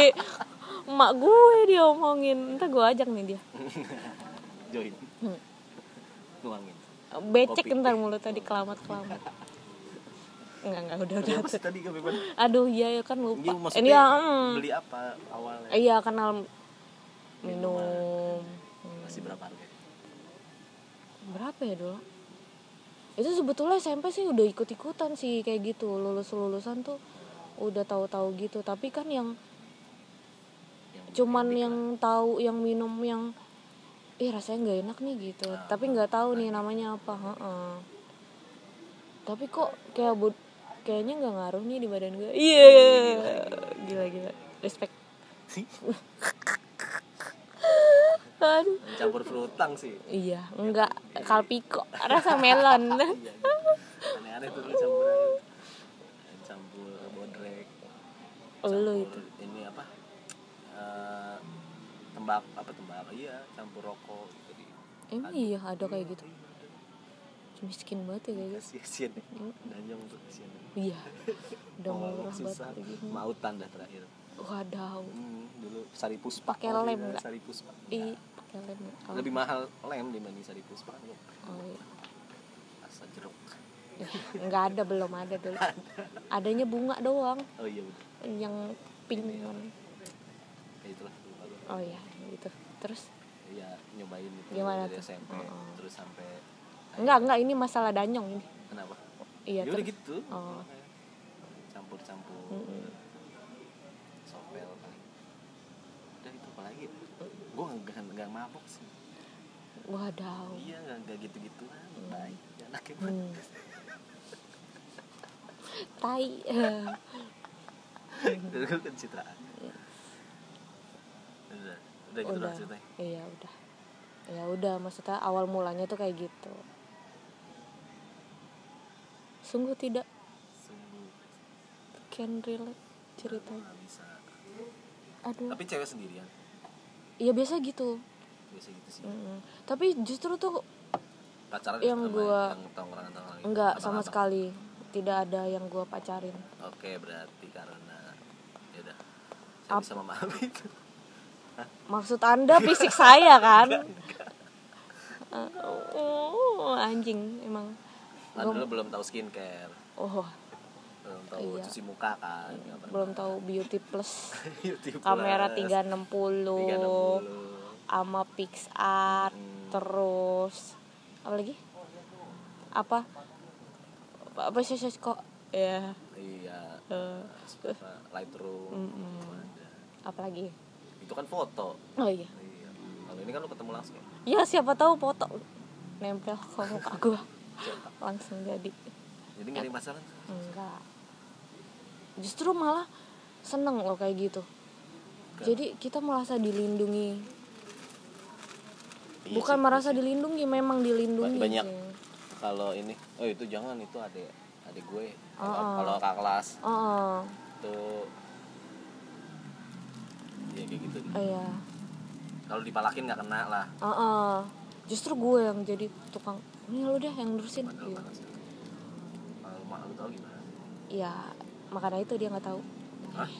Speaker 2: emak gue diomongin entah gue ajak nih dia
Speaker 1: join.
Speaker 2: Hmm.
Speaker 1: Nuangin.
Speaker 2: becek
Speaker 1: Kopi.
Speaker 2: ntar mulutnya di kelamat kelamat enggak enggak udah udah
Speaker 1: Apa sih tadi gue bebas?
Speaker 2: aduh iya ya kan lupa
Speaker 1: Ini
Speaker 2: ini
Speaker 1: maksudnya
Speaker 2: ya mm,
Speaker 1: beli apa awalnya?
Speaker 2: iya kenal minum Hmm,
Speaker 1: Masih berapa harga?
Speaker 2: berapa ya dulu itu sebetulnya SMP sih udah ikut ikutan sih kayak gitu lulus lulusan tuh udah tahu-tahu gitu tapi kan yang
Speaker 1: Yang
Speaker 2: cuman
Speaker 1: beli
Speaker 2: yang tahu yang minum yang ih rasanya nggak enak nih gitu
Speaker 1: Nah,
Speaker 2: tapi nggak tahu nih namanya apa heeh. tapi kok kayak bod kayaknya nggak ngaruh nih di badan gue iya gila gila respect aduh
Speaker 1: campur frutang sih
Speaker 2: Kan? iya enggak kalpiko rasa melon
Speaker 1: Iya, gitu. aneh-aneh tuh dulu campuran campur bodrek
Speaker 2: lu
Speaker 1: campur
Speaker 2: itu
Speaker 1: ini apa Eh, tembak apa tembak iya campur rokok gitu di
Speaker 2: emang iya ada kayak gitu miskin banget ya kayak gitu
Speaker 1: kasihan nih danjong tuh kasihan
Speaker 2: iya udah
Speaker 1: Mau ngomong
Speaker 2: murah banget
Speaker 1: susah
Speaker 2: lagi
Speaker 1: mautan dah terakhir
Speaker 2: wadaw
Speaker 1: Hmm, dulu sari puspa
Speaker 2: Pakai
Speaker 1: kalau
Speaker 2: lem
Speaker 1: tidak
Speaker 2: nggak?
Speaker 1: sari puspa
Speaker 2: i
Speaker 1: Nggak.
Speaker 2: pakai lem ya. Kalau-
Speaker 1: lebih mahal lem dibanding sari puspa lu
Speaker 2: Oh, iya.
Speaker 1: rasa jeruk
Speaker 2: Ya, nggak ada belum ada dulu adanya bunga doang
Speaker 1: oh iya betul
Speaker 2: yang pink
Speaker 1: ya itulah lupa gue.
Speaker 2: oh iya gitu terus
Speaker 1: ya nyobain gitu
Speaker 2: Gimana
Speaker 1: dari
Speaker 2: tuh?
Speaker 1: SMP
Speaker 2: Heeh.
Speaker 1: terus sampai
Speaker 2: enggak enggak ini masalah danyong ini
Speaker 1: kenapa
Speaker 2: iya
Speaker 1: ya udah
Speaker 2: terus
Speaker 1: gitu
Speaker 2: Oh.
Speaker 1: makanya. campur-campur
Speaker 2: Mm-mm.
Speaker 1: sopel paling udah itu apa lagi gue nggak nggak mabok sih
Speaker 2: wadaw
Speaker 1: iya nggak nggak gitu gituan
Speaker 2: Mm.
Speaker 1: baik ya, anaknya
Speaker 2: hmm. tai
Speaker 1: Dari gue kan pencitraan Udah, udah gitu
Speaker 2: Iya. udah
Speaker 1: lah ceritanya
Speaker 2: iya udah ya udah maksudnya awal mulanya tuh kayak gitu sungguh tidak
Speaker 1: Sungguh
Speaker 2: can relate ceritanya
Speaker 1: nggak bisa
Speaker 2: aduh
Speaker 1: Tapi cewek sendirian
Speaker 2: ya biasa gitu
Speaker 1: Biasa gitu sih
Speaker 2: Mm-mm. tapi justru tuh
Speaker 1: Pacaran
Speaker 2: Yang
Speaker 1: sama
Speaker 2: gua-
Speaker 1: Yang tongkrongan-tongkrongan gitu,
Speaker 2: enggak sama
Speaker 1: abang-abang.
Speaker 2: sekali tidak ada yang gua pacarin
Speaker 1: Oke berarti karena Yaudah Saya
Speaker 2: Apa?
Speaker 1: bisa memahami itu
Speaker 2: maksud anda fisik saya kan Oh, anjing emang
Speaker 1: Nah
Speaker 2: Gua-
Speaker 1: dulu belum tahu skincare
Speaker 2: oh
Speaker 1: Belum tahu
Speaker 2: Iya.
Speaker 1: cuci muka kan nggak pernah.
Speaker 2: belum tahu beauty plus
Speaker 1: YouTube
Speaker 2: kamera
Speaker 1: plus,
Speaker 2: 360
Speaker 1: 360.
Speaker 2: sama PixArt
Speaker 1: Hmm.
Speaker 2: terus apa lagi apa apa, apa sih sih kok ya
Speaker 1: Iya
Speaker 2: eh,
Speaker 1: apa, Lightroom
Speaker 2: Mm-mm.
Speaker 1: gitu ada.
Speaker 2: apa lagi
Speaker 1: Itu kan foto
Speaker 2: oh iya
Speaker 1: Iya. Kalau ini kan lu ketemu langsung ya?
Speaker 2: ya siapa tahu foto nempel ke muka gua
Speaker 1: Cetak.
Speaker 2: langsung jadi
Speaker 1: Jadi nggak ada yang pacaran?
Speaker 2: enggak justru malah seneng loh kayak gitu
Speaker 1: Kenapa?
Speaker 2: jadi kita merasa dilindungi
Speaker 1: Iya
Speaker 2: bukan
Speaker 1: sih.
Speaker 2: merasa dilindungi memang dilindungi
Speaker 1: Ba- banyak.
Speaker 2: sih.
Speaker 1: Kalau ini, oh itu jangan itu adik adik gue. Kalau
Speaker 2: Oh.
Speaker 1: kalau kakak kelas
Speaker 2: Heeh.
Speaker 1: itu ya kayak gitu.
Speaker 2: iya
Speaker 1: Kalau dipalakin nggak kena lah.
Speaker 2: Heeh. justru gue yang jadi tukang ini lu deh yang nerusin
Speaker 1: Padahal
Speaker 2: Gitu.
Speaker 1: panas. Kalau mak lu tau gimana?
Speaker 2: ya makanya itu dia nggak tahu
Speaker 1: Hah?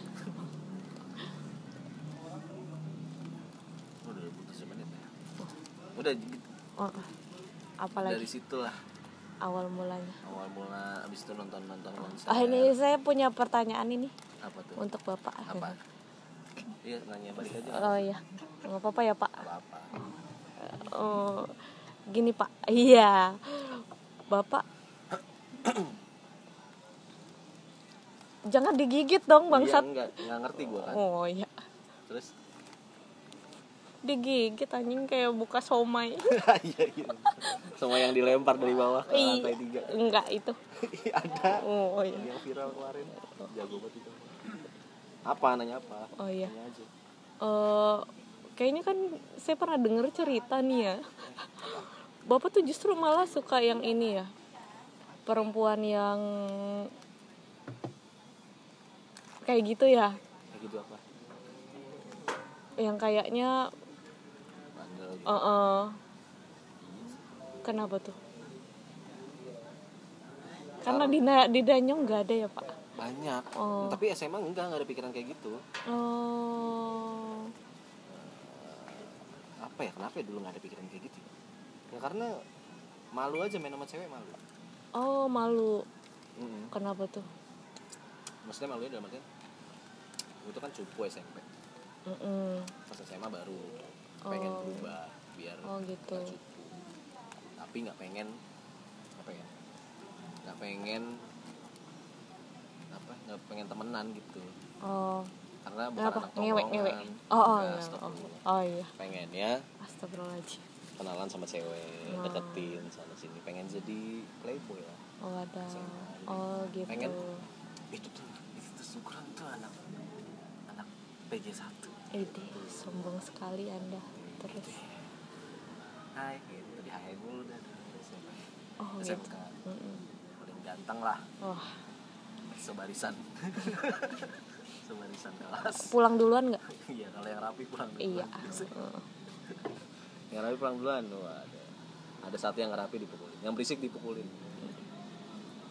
Speaker 1: Oh, udah butuh semenit ya. Udah gitu. dari
Speaker 2: Heeh. Oh, apalagi
Speaker 1: situlah
Speaker 2: awal mulanya
Speaker 1: awal mula abis itu nonton nonton konser.
Speaker 2: ah ini saya punya pertanyaan ini
Speaker 1: apa tuh?
Speaker 2: untuk bapak
Speaker 1: Apa? Iya nanya balik aja.
Speaker 2: oh iya nggak apa-apa ya pak
Speaker 1: Apa apa?
Speaker 2: Oh, gini Pak. Iya. Bapak Jangan digigit dong bangsat.
Speaker 1: Iya, nggak nggak ngerti gue kan.
Speaker 2: Oh iya.
Speaker 1: Terus
Speaker 2: Digigit anjing kayak buka somai.
Speaker 1: iya iya sama yang dilempar dari bawah ke lantai
Speaker 2: Iya.
Speaker 1: tiga
Speaker 2: Enggak itu.
Speaker 1: Ih, ada
Speaker 2: Oh iya.
Speaker 1: yang viral kemarin jago banget itu apa nanya apa
Speaker 2: Oh iya.
Speaker 1: nanya aja
Speaker 2: Eh, kayaknya kan saya pernah denger cerita nih ya. Bapak tuh justru malah suka yang ini ya. Perempuan yang kayak gitu ya.
Speaker 1: kayak gitu apa
Speaker 2: yang kayaknya
Speaker 1: bandel gitu
Speaker 2: eh eh. kenapa tuh karena di Na- di Danyong nggak ada ya pak
Speaker 1: banyak
Speaker 2: Oh.
Speaker 1: tapi SMA enggak nggak ada pikiran kayak gitu
Speaker 2: oh
Speaker 1: apa ya kenapa ya dulu nggak ada pikiran kayak gitu ya karena malu aja main sama cewek malu
Speaker 2: oh malu
Speaker 1: Mm-mm.
Speaker 2: kenapa tuh
Speaker 1: maksudnya malunya dalam artian gue tuh kan cupu SMP
Speaker 2: Mm-mm.
Speaker 1: pas SMA baru pengen
Speaker 2: Oh.
Speaker 1: berubah biar
Speaker 2: oh gitu
Speaker 1: nggak cukup. tapi nggak pengen apa ya nggak pengen apa nggak pengen temenan gitu
Speaker 2: oh
Speaker 1: karena bukan
Speaker 2: kenapa
Speaker 1: anak
Speaker 2: ngewek
Speaker 1: tongkrongan.
Speaker 2: ngewek oh oh,
Speaker 1: Nggak,
Speaker 2: iya.
Speaker 1: stop
Speaker 2: oh
Speaker 1: dulu.
Speaker 2: oh iya
Speaker 1: pengennya
Speaker 2: astagfirullahaladzim
Speaker 1: kenalan sama cewek
Speaker 2: Wah.
Speaker 1: deketin sana sini pengen jadi playboy ya. lah
Speaker 2: oh ada
Speaker 1: Sama.
Speaker 2: oh gitu
Speaker 1: Pengen. itu tuh itu tuh syukuran tuh anak anak PG 1
Speaker 2: Ide Eh, sombong sekali anda terus
Speaker 1: Hai gitu di hai mulu dan SMK
Speaker 2: oh gitu
Speaker 1: SMK
Speaker 2: Mm-mm.
Speaker 1: paling ganteng lah
Speaker 2: wah
Speaker 1: sebarisan sebarisan kelas
Speaker 2: pulang duluan nggak
Speaker 1: iya kalau yang rapi pulang
Speaker 2: iya
Speaker 1: duluan yang rapi pulang duluan Wah, ada ada satu yang nggak rapi dipukulin yang berisik dipukulin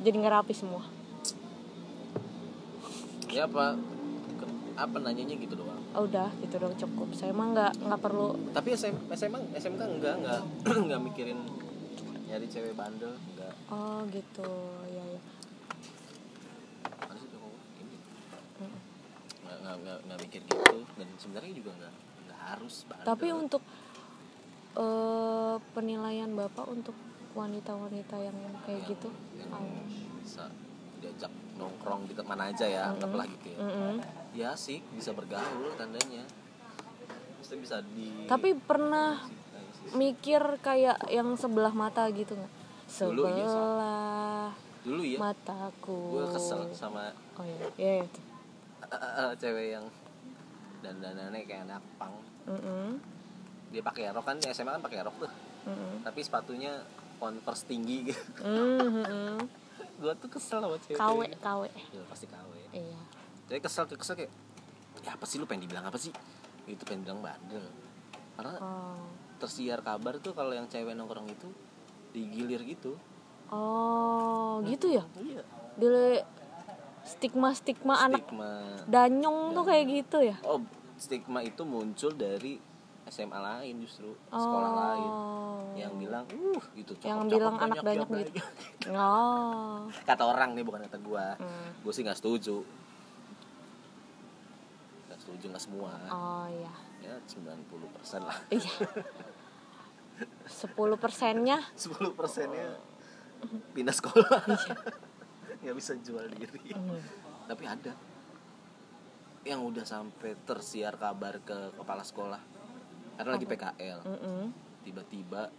Speaker 2: jadi ngerapi semua
Speaker 1: ya apa ke- apa nanyanya gitu doang
Speaker 2: oh, udah gitu dong cukup saya mah nggak nggak perlu
Speaker 1: tapi SM, SMA SMK enggak enggak enggak mikirin nyari cewek bandel enggak
Speaker 2: oh gitu ya ya
Speaker 1: Mana sih dia ngomong? gitu. Ini.
Speaker 2: Mm.
Speaker 1: Nah, nggak nggak nggak nggak mikir gitu dan sebenarnya juga nggak nggak harus banget
Speaker 2: Tapi untuk eh, penilaian bapak untuk wanita-wanita yang kayak gitu,
Speaker 1: yang
Speaker 2: apa?
Speaker 1: bisa diajak nongkrong di mana aja ya
Speaker 2: Hmm.
Speaker 1: anggaplah gitu ya
Speaker 2: Mm-mm.
Speaker 1: ya sih bisa bergaul tandanya Maksudnya bisa di
Speaker 2: Tapi pernah mikir kayak yang sebelah mata gitu nggak?
Speaker 1: Dulu iya, Sa.
Speaker 2: Sebelah
Speaker 1: dulu ya
Speaker 2: mataku.
Speaker 1: gue kesel sama eh,
Speaker 2: Oh iya, iya. iya.
Speaker 1: cewek yang dandanannya kayak anak pang
Speaker 2: Mm-mm.
Speaker 1: dia pakai rok kan di SMA kan pakai rok tuh
Speaker 2: Mm-mm.
Speaker 1: tapi sepatunya converse tinggi gitu
Speaker 2: Mm-mm.
Speaker 1: gue tuh kesel sama cewek
Speaker 2: Kawe, kawe.
Speaker 1: ya, pasti KW
Speaker 2: Iya.
Speaker 1: jadi kesel kayak kesel kayak ya apa sih lu pengen dibilang apa sih itu pengen bilang bandel karena
Speaker 2: Oh.
Speaker 1: tersiar kabar tuh kalau yang cewek nongkrong itu digilir gitu
Speaker 2: Oh, gitu ya?
Speaker 1: iya
Speaker 2: Dile stigma-stigma anak
Speaker 1: stigma
Speaker 2: danyong tuh kayak gitu ya?
Speaker 1: oh stigma itu muncul dari SMA lain justru
Speaker 2: Oh.
Speaker 1: sekolah lain yang bilang uh gitu cakep,
Speaker 2: Yang
Speaker 1: cakep,
Speaker 2: bilang anak banyak gitu. Oh.
Speaker 1: kata orang nih bukan kata gua
Speaker 2: Hmm.
Speaker 1: gue sih nggak setuju nggak setuju nggak semua
Speaker 2: Oh iya.
Speaker 1: ya 90 persen lah
Speaker 2: Iya. 10 persennya
Speaker 1: 10 persennya Oh. pindah sekolah nggak bisa jual diri tapi ada yang udah sampai tersiar kabar ke kepala sekolah karena lagi PKL
Speaker 2: Mm-mm.
Speaker 1: tiba-tiba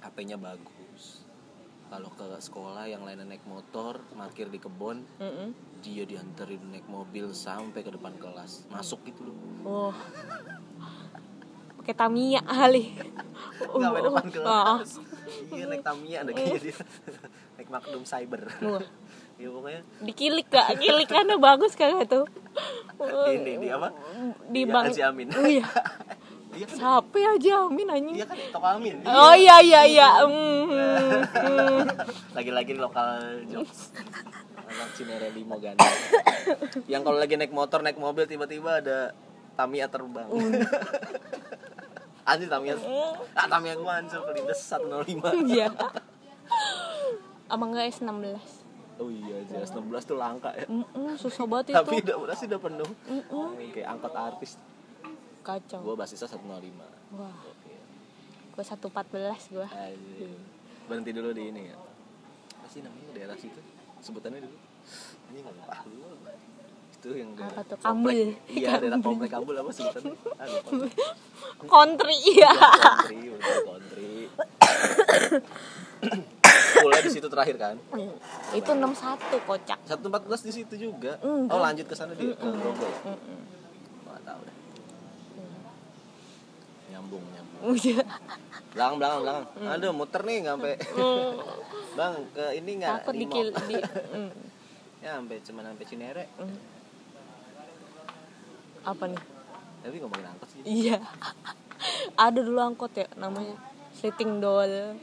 Speaker 1: HP-nya bagus kalau ke sekolah yang lainnya naik motor parkir di kebun
Speaker 2: Mm-mm.
Speaker 1: dia dianterin naik mobil sampai ke depan kelas masuk gitu loh
Speaker 2: Wah. Oh. Pakai Tamiya kali.
Speaker 1: nggak sampai depan
Speaker 2: Oh.
Speaker 1: kelas iya naik Tamiya ada kayaknya dia naik Magnum Cyber
Speaker 2: Wah.
Speaker 1: ya pokoknya
Speaker 2: Dikilik gak? Kilikannya bagus kagak tuh?
Speaker 1: ini di apa
Speaker 2: Di
Speaker 1: Iya,
Speaker 2: bank.
Speaker 1: Haji Amin
Speaker 2: Iya.
Speaker 1: dia kan
Speaker 2: Sampai aja Amin anjing.
Speaker 1: dia kan toko Amin
Speaker 2: Oh iya iya iya. Mm, mm, mm.
Speaker 1: lagi-lagi lokal jokes anak Cinere Limo Ganda yang kalau lagi naik motor naik mobil tiba-tiba ada Tamiya terbang anjir Tamiya
Speaker 2: Eh.
Speaker 1: ah Tamiya gua hancur kelindes 105
Speaker 2: Iya. Emang enggak S16.
Speaker 1: oh iya jelas 16 tuh langka ya
Speaker 2: Mm-mm, Mm, susah banget
Speaker 1: tapi
Speaker 2: itu.
Speaker 1: udah udah sih udah penuh
Speaker 2: Mm-mm,
Speaker 1: kayak angkot artis
Speaker 2: Kacau.
Speaker 1: gua basisnya 105
Speaker 2: Wah,
Speaker 1: Oke.
Speaker 2: gue 114 gua.
Speaker 1: Anjir. berhenti dulu di ini ya apa sih namanya daerah situ sebutannya dulu ini nggak lupa lu itu yang daerah
Speaker 2: Apa tuh?
Speaker 1: komplek.
Speaker 2: Kambul.
Speaker 1: iya daerah komplek kambul apa sebutannya ah lupa
Speaker 2: Kontri ya.
Speaker 1: country betul, country Pula di situ terakhir kan
Speaker 2: itu 61 kocak.
Speaker 1: 114 di situ juga
Speaker 2: Enggak.
Speaker 1: oh lanjut ke sana di ke Grogol ya? nggak tahu deh nyambung nyambung
Speaker 2: Iya.
Speaker 1: belakang belakang belakang aduh muter nih nggak sampai
Speaker 2: Mm,
Speaker 1: bang ke ini nggak
Speaker 2: Takut
Speaker 1: Limo?
Speaker 2: dikil di mm.
Speaker 1: ya sampai cuman sampai Cinere
Speaker 2: apa nih?
Speaker 1: tapi ngomongin angkot sih
Speaker 2: Iya. Ada dulu angkot ya namanya sleting doll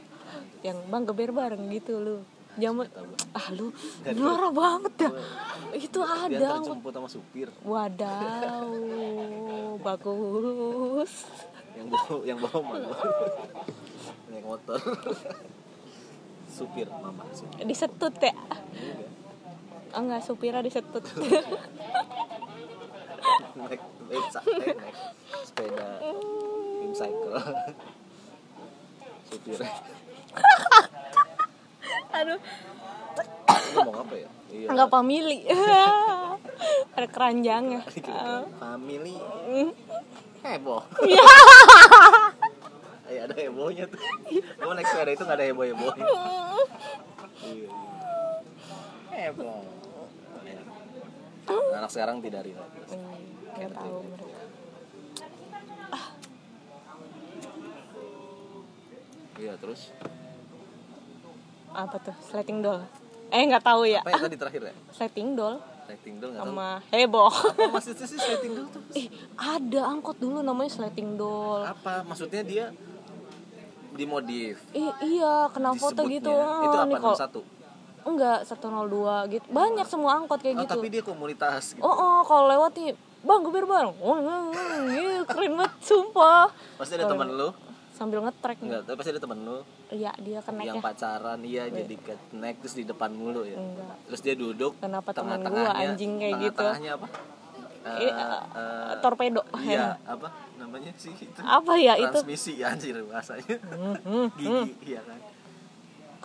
Speaker 2: yang bang geber bareng gitu lu. Zaman ah lu lu parah banget dah. Itu
Speaker 1: dia
Speaker 2: ada angkot.
Speaker 1: terjemput sama supir
Speaker 2: Wadaw, bagus.
Speaker 1: yang bawa yang bawa manual naik motor supir mama supir
Speaker 2: Disetut ya? Ah enggak, supirnya disetut.
Speaker 1: naik naik, sa- eh, naik sepeda tim cycle supir
Speaker 2: Aduh,
Speaker 1: Ini ngomong apa ya iya
Speaker 2: enggak pamili. Ada keranjangnya. Ah.
Speaker 1: family heboh
Speaker 2: Iya.
Speaker 1: Eh, ada hebohnya tuh Gua naik sepeda itu gak ada heboh hebohnya Iya, iya. heboh Iya. anak sekarang tidak relate
Speaker 2: Hmm, Enggak tahu mereka.
Speaker 1: Iya terus
Speaker 2: Apa tuh? Sleting doll. Eh, enggak tahu ya.
Speaker 1: apa ya tadi terakhir ya?
Speaker 2: Sleting doll
Speaker 1: Rating doll nggak tahu.
Speaker 2: sama heboh.
Speaker 1: Apa maksudnya sih rating doll tuh?
Speaker 2: Ih, Eh, ada angkot dulu namanya sleting doll.
Speaker 1: Apa maksudnya dia dimodif?
Speaker 2: Ih, iya, kena foto
Speaker 1: disebutnya.
Speaker 2: gitu.
Speaker 1: Itu
Speaker 2: Ah,
Speaker 1: apa
Speaker 2: nih kok-
Speaker 1: 61?
Speaker 2: Enggak, 102 gitu. Banyak semua angkot kayak
Speaker 1: Oh,
Speaker 2: gitu.
Speaker 1: tapi dia komunitas gitu.
Speaker 2: Oh, oh kalau lewat Hmm, nih, Bang, gue biar bareng. Oh, iya, keren banget, sumpah.
Speaker 1: Pasti ada teman lu
Speaker 2: sambil ngetrek
Speaker 1: Enggak, tapi pasti ada temen lu
Speaker 2: iya dia kenek
Speaker 1: yang
Speaker 2: ya
Speaker 1: pacaran iya
Speaker 2: Iya.
Speaker 1: jadi kenek terus di depan mulu ya.
Speaker 2: Enggak.
Speaker 1: Terus dia duduk
Speaker 2: Kenapa temen gua
Speaker 1: tengah-tengahnya
Speaker 2: anjing kayak gitu?
Speaker 1: tengah-tengahnya apa? Eh,
Speaker 2: Eh, eh,
Speaker 1: eh,
Speaker 2: torpedo
Speaker 1: Iya, apa namanya sih itu?
Speaker 2: apa ya itu
Speaker 1: Transmisi ya anjir bahasanya.
Speaker 2: Hmm, hmm, hmm.
Speaker 1: Gigi iya kan.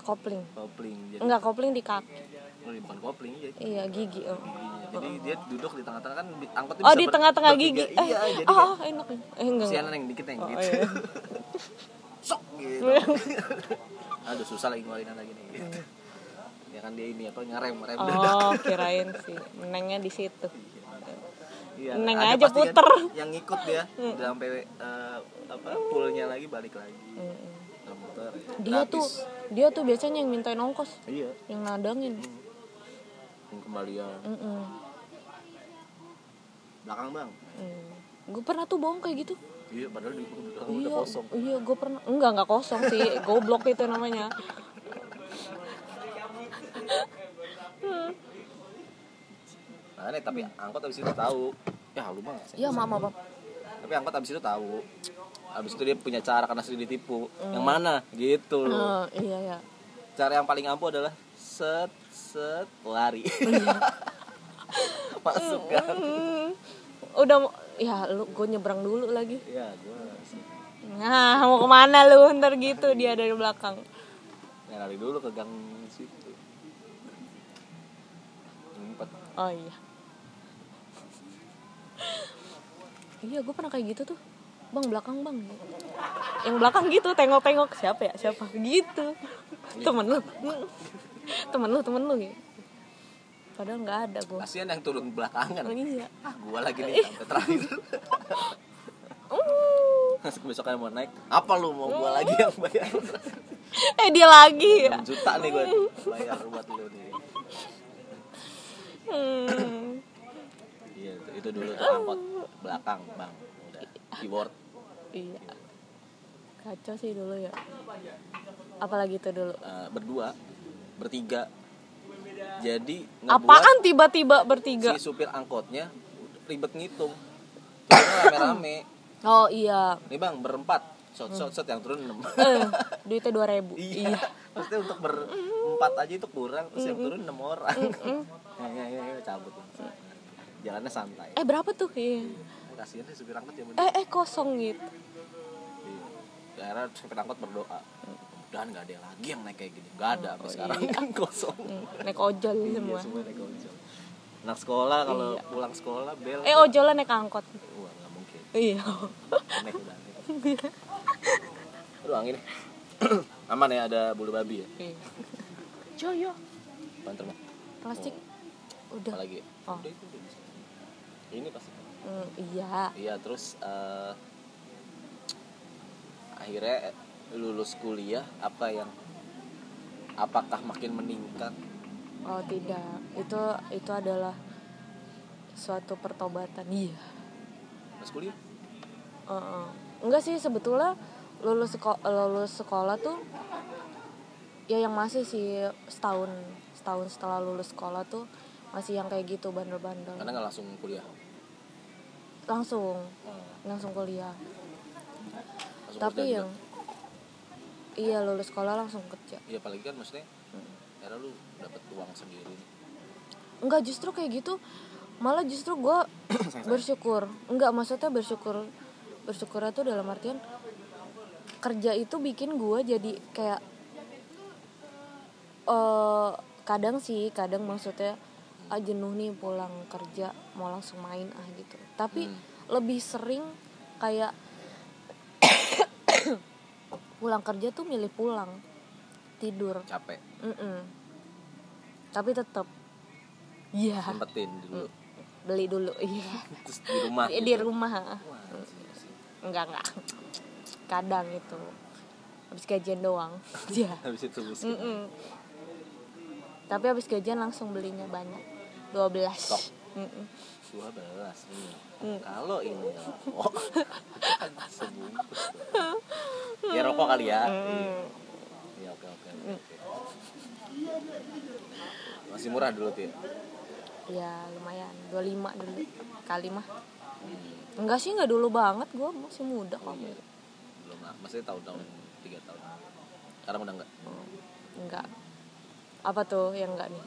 Speaker 2: kopling
Speaker 1: Kopling jadi
Speaker 2: enggak kopling di kaki
Speaker 1: Oh, ini bukan kopling ya.
Speaker 2: iya gigi em.
Speaker 1: Jadi dia duduk di tengah-tengah kan bi- angkot tuh
Speaker 2: oh
Speaker 1: bisa
Speaker 2: di
Speaker 1: ber-
Speaker 2: tengah-tengah
Speaker 1: bertiga.
Speaker 2: gigi eh,
Speaker 1: Iya, jadi kayak
Speaker 2: oh, oh, enak ya. eh enggak
Speaker 1: sialan yang dikit yang
Speaker 2: Oh,
Speaker 1: gitu.
Speaker 2: iya.
Speaker 1: Sok gitu. Aduh susah lagi ngeluarin lagi nih gitu. Ya kan dia ini apa ngerem rem dadak.
Speaker 2: Iya. oh kirain sih menengnya di situ
Speaker 1: Iya,
Speaker 2: Neng
Speaker 1: ada
Speaker 2: aja
Speaker 1: pasti kan
Speaker 2: puter. Hmm.
Speaker 1: yang ngikut dia udah sampai eh, apa poolnya lagi balik lagi.
Speaker 2: Mm-mm.
Speaker 1: Nah, muter.
Speaker 2: Hmm. dia
Speaker 1: Gratis.
Speaker 2: tuh dia tuh biasanya yang mintain ongkos
Speaker 1: iya
Speaker 2: yang nadangin
Speaker 1: yang kembalian belakang bang.
Speaker 2: gue Mm. pernah tuh bohong kayak gitu
Speaker 1: Iya padahal di belakang
Speaker 2: iya
Speaker 1: udah kosong.
Speaker 2: iya gue pernah enggak enggak kosong sih goblok itu namanya
Speaker 1: Aneh Nah, tapi angkot abis itu tahu. Ya lu mah.
Speaker 2: iya mama bang
Speaker 1: tapi angkot abis itu tahu abis itu dia punya cara karena sering ditipu yang mana gitu loh
Speaker 2: Eh, iya ya
Speaker 1: cara yang paling ampuh adalah set set lari masuk kan
Speaker 2: Hmm. udah mau- ya lu gue nyebrang dulu lagi
Speaker 1: ya gue
Speaker 2: nah mau kemana lu ntar gitu dia dari belakang
Speaker 1: ya, lari dulu ke gang situ empat
Speaker 2: oh iya iya gue pernah kayak gitu tuh bang belakang bang yang belakang gitu tengok-tengok siapa ya siapa gitu temen lu Hmm. temen lu temen lu gitu. padahal nggak ada gue
Speaker 1: kasihan yang turun belakangan
Speaker 2: oh, iya
Speaker 1: ah gue lagi nih sampai terakhir
Speaker 2: Mm.
Speaker 1: besoknya mau naik apa lu mau gue lagi yang bayar
Speaker 2: eh dia lagi
Speaker 1: 6 juta nih gue bayar buat lu nih
Speaker 2: Hmm.
Speaker 1: iya itu, itu dulu tuh angkot belakang bang udah keyboard
Speaker 2: iya kacau sih dulu ya apalagi itu dulu
Speaker 1: eh, berdua bertiga jadi ngebuat
Speaker 2: apaan tiba-tiba bertiga
Speaker 1: si supir angkotnya ribet ngitung turunnya rame-rame
Speaker 2: oh iya
Speaker 1: nih bang berempat shot shot shot yang turun enam
Speaker 2: eh duitnya dua ribu
Speaker 1: iya maksudnya untuk berempat aja itu kurang terus yang turun enam orang ya, ya, ya, ya, cabut jalannya santai
Speaker 2: eh berapa tuh iya.
Speaker 1: kasihan sih supir angkot zaman
Speaker 2: eh eh kosong gitu
Speaker 1: Iya. Akhirnya supir angkot berdoa dan nggak ada lagi yang naik kayak gini nggak ada sampai
Speaker 2: Oh,
Speaker 1: sekarang kan kosong
Speaker 2: Hmm, naik ojol
Speaker 1: Iya,
Speaker 2: semua
Speaker 1: semua naik ojol. Anak sekolah kalau
Speaker 2: Iya.
Speaker 1: pulang sekolah bel.
Speaker 2: eh ojolan naik angkot
Speaker 1: Wah, nggak mungkin.
Speaker 2: iya
Speaker 1: Naik udah naik. Aduh, angin. Aman ya ada bulu babi ya.
Speaker 2: Iya. Joyo
Speaker 1: Panter mah.
Speaker 2: plastik udah
Speaker 1: Apalagi.
Speaker 2: Oh.
Speaker 1: Udah, itu udah bisa. Ini pasti.
Speaker 2: Hmm, iya
Speaker 1: Iya, terus eh, akhirnya eh, lulus kuliah apa yang apakah makin meningkat
Speaker 2: oh tidak itu itu adalah suatu pertobatan iya
Speaker 1: pas kuliah?
Speaker 2: Heeh. Enggak sih sebetulnya lulus seko- lulus sekolah tuh ya yang masih sih setahun setahun setelah lulus sekolah tuh masih yang kayak gitu bandel-bandel
Speaker 1: Karena nggak langsung kuliah.
Speaker 2: langsung
Speaker 1: Hmm,
Speaker 2: langsung kuliah
Speaker 1: langsung kerja
Speaker 2: tapi ya. yang
Speaker 1: juga.
Speaker 2: iya lulus sekolah langsung kerja
Speaker 1: Iya, apalagi kan maksudnya
Speaker 2: Hmm.
Speaker 1: karena lu dapat uang sendiri nih.
Speaker 2: enggak justru kayak gitu malah justru gue bersyukur enggak maksudnya bersyukur bersyukurnya tuh dalam artian kerja itu bikin gue jadi kayak eh kadang sih kadang maksudnya ah jenuh nih pulang kerja mau langsung main ah gitu tapi lebih sering kayak pulang kerja tuh milih pulang tidur
Speaker 1: capek
Speaker 2: Mm-mm. Tapi tetap. Iya.
Speaker 1: sempetin dulu
Speaker 2: Beli dulu. Iya.
Speaker 1: terus di rumah
Speaker 2: Hmm. Di, di
Speaker 1: gitu.
Speaker 2: rumah.
Speaker 1: Wah, anjing sih.
Speaker 2: Enggak enggak. Kadang itu. Habis gajian doang. Iya.
Speaker 1: habis itu miskin
Speaker 2: Mm-mm. Tapi habis gajian langsung belinya banyak. 12.
Speaker 1: Stok.
Speaker 2: Mm-mm.
Speaker 1: dua belas iya."
Speaker 2: Hmm.
Speaker 1: kalau ini rokok kan sebungkus tuh. ya rokok kali ya
Speaker 2: Hmm.
Speaker 1: Iya. ya oke oke oke, oke. masih murah dulu tuh ya
Speaker 2: Ya lumayan 25 dulu kali mah. Enggak sih enggak dulu banget gua masih muda kok.
Speaker 1: Iya. belum lah maksudnya tahun-tahun tiga tahun sekarang udah enggak
Speaker 2: Oh, enggak apa tuh yang enggak nih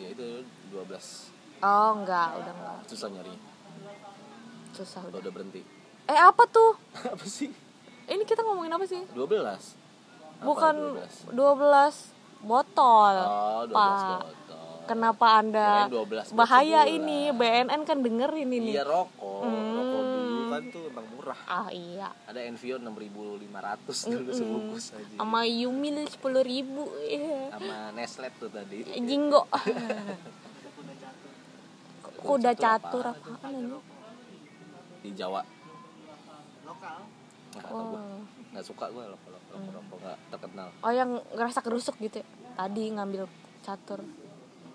Speaker 1: ya itu 12
Speaker 2: oh enggak udah enggak
Speaker 1: susah nyari
Speaker 2: susah
Speaker 1: udah
Speaker 2: udah
Speaker 1: udah berhenti
Speaker 2: eh apa tuh
Speaker 1: apa sih
Speaker 2: ini kita ngomongin apa sih
Speaker 1: 12 Apa
Speaker 2: bukan
Speaker 1: 12?
Speaker 2: 12 botol
Speaker 1: oh 12
Speaker 2: Pak.
Speaker 1: botol
Speaker 2: kenapa anda
Speaker 1: Kirain 12 botol
Speaker 2: bahaya
Speaker 1: sebulan.
Speaker 2: ini BNN kan dengerin ini Hmm.
Speaker 1: iya rokok rokok dulu kan tuh emang murah
Speaker 2: ah iya
Speaker 1: ada Envio 6500 dulu sebungkus aja
Speaker 2: sama Yumil sepuluh ribu iya.
Speaker 1: sama Nestle tuh tadi
Speaker 2: jinggo kuda catur
Speaker 1: apaan
Speaker 2: apaan ini
Speaker 1: di Jawa lokal nggak tahu gua
Speaker 2: Oh.
Speaker 1: nggak suka gua lokal lokal rokok nggak terkenal
Speaker 2: oh yang ngerasa kerusuk gitu ya? tadi ngambil catur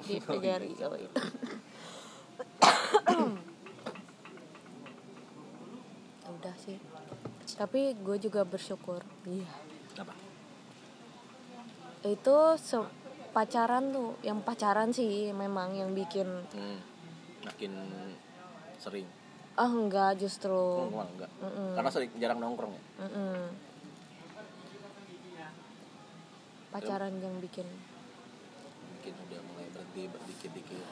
Speaker 2: di PJRI oh, iya. Ya udah sih tapi gue juga bersyukur iya
Speaker 1: apa
Speaker 2: itu se- pacaran tuh yang pacaran sih memang yang bikin
Speaker 1: hmm, makin sering
Speaker 2: ah enggak
Speaker 1: oh.
Speaker 2: justru
Speaker 1: enggak
Speaker 2: Mm-mm.
Speaker 1: karena sering jarang nongkrong ya
Speaker 2: Mm-mm. pacaran yang bikin
Speaker 1: mungkin udah mulai berhenti dikit dikit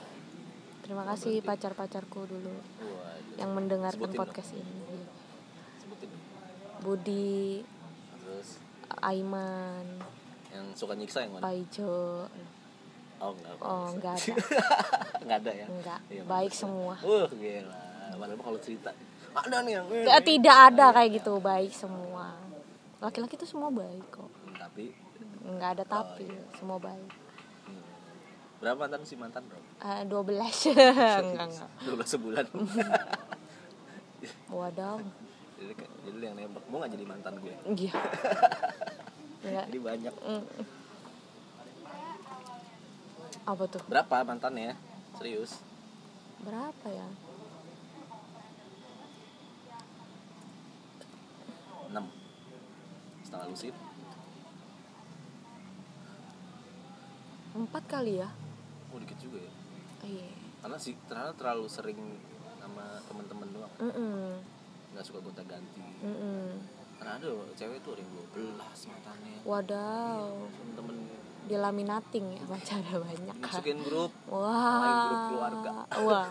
Speaker 2: terima kasih pacar-pacarku dulu
Speaker 1: waduh
Speaker 2: yang mendengarkan
Speaker 1: Sebutin dong.
Speaker 2: podcast ini
Speaker 1: sebutin
Speaker 2: Budi
Speaker 1: terus
Speaker 2: Aiman
Speaker 1: yang suka nyiksa yang
Speaker 2: Pak
Speaker 1: mana
Speaker 2: Ijo
Speaker 1: oh enggak
Speaker 2: oh enggak ada
Speaker 1: enggak ada ya
Speaker 2: enggak
Speaker 1: Iya,
Speaker 2: baik
Speaker 1: bagus.
Speaker 2: semua
Speaker 1: Wah gila padahal kalau cerita ada nih yang
Speaker 2: Eh, tidak ada kayak gitu baik semua laki-laki tuh semua baik kok
Speaker 1: Hmm, tapi
Speaker 2: enggak ada tapi semua baik Eh,
Speaker 1: hmm, berapa mantan sih mantan bro
Speaker 2: dua belas enggak enggak
Speaker 1: 12 sebulan
Speaker 2: waduh
Speaker 1: jadi, kayak- jadi lu yang nembak mau nggak jadi mantan gue
Speaker 2: iya enggak
Speaker 1: jadi banyak
Speaker 2: apa tuh
Speaker 1: berapa mantannya serius
Speaker 2: berapa ya
Speaker 1: 6 setengah lusin
Speaker 2: empat kali ya
Speaker 1: oh dikit juga ya
Speaker 2: iya
Speaker 1: karena sih ternyata terlalu sering sama temen-temen doang
Speaker 2: Mm-mm.
Speaker 1: nggak suka gonta ganti
Speaker 2: Mm-mm.
Speaker 1: karena ada cewek tuh ada yang 12 mantannya
Speaker 2: Wadaw,
Speaker 1: temen-temen
Speaker 2: dilaminating ya pacarnya banyak.
Speaker 1: masukin grup
Speaker 2: Wah.
Speaker 1: Main grup keluarga.
Speaker 2: Wah.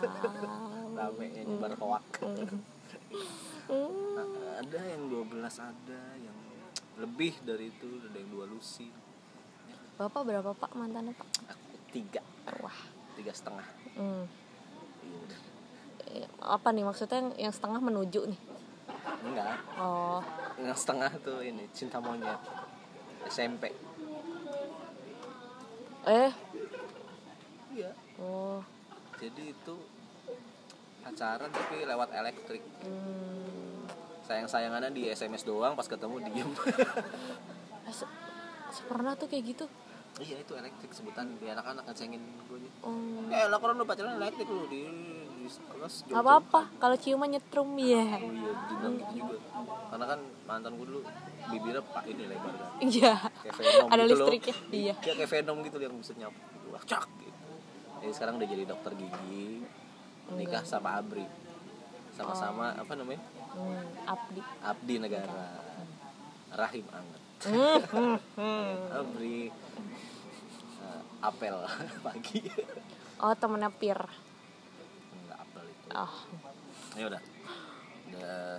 Speaker 1: rame yang nyebar hoak Nah, ada yang 12 ada yang lebih dari itu ada yang dua lusin
Speaker 2: Bapak berapa Pak mantannya Pak?
Speaker 1: aku tiga
Speaker 2: Wah.
Speaker 1: tiga setengah
Speaker 2: Hmm.
Speaker 1: Iya udah.
Speaker 2: Eh, Apa nih maksudnya yang, yang setengah menuju nih?
Speaker 1: enggak
Speaker 2: Oh,
Speaker 1: yang setengah tuh ini cinta monyet SMP
Speaker 2: eh,
Speaker 1: iya
Speaker 2: oh,
Speaker 1: jadi itu pacaran tapi lewat elektrik
Speaker 2: hmm.
Speaker 1: sayang sayangannya di SMS doang pas ketemu diem
Speaker 2: Eh, se- sepernah tuh kayak gitu.
Speaker 1: iya itu elektrik sebutan di anak-anak ngecengin gue nih
Speaker 2: Oh.
Speaker 1: eh lah lu pacaran elektrik lu di, di kelas
Speaker 2: Gak apa-apa, kalau ciuman nyetrum ya.
Speaker 1: Oh iya, dibilang gitu juga. Karena kan mantan gue dulu bibirnya pak ini lebar kan.
Speaker 2: Iya.
Speaker 1: Kayak Venom gitu
Speaker 2: Ada
Speaker 1: loh.
Speaker 2: listriknya. Iya.
Speaker 1: Kayak kayak Venom gitu loh yang bisa nyapu. Gitu. Wah, cak gitu. Jadi sekarang udah jadi dokter gigi. Nikah sama Abri. Sama-sama
Speaker 2: Oh.
Speaker 1: apa namanya?
Speaker 2: Hmm, Abdi.
Speaker 1: Abdi Negara. Rahim Anget.
Speaker 2: Hmm, hmm, hmm.
Speaker 1: Abri eh, apel pagi.
Speaker 2: Oh, temennya Pir.
Speaker 1: Enggak apel itu.
Speaker 2: Oh,
Speaker 1: Ya udah. Udah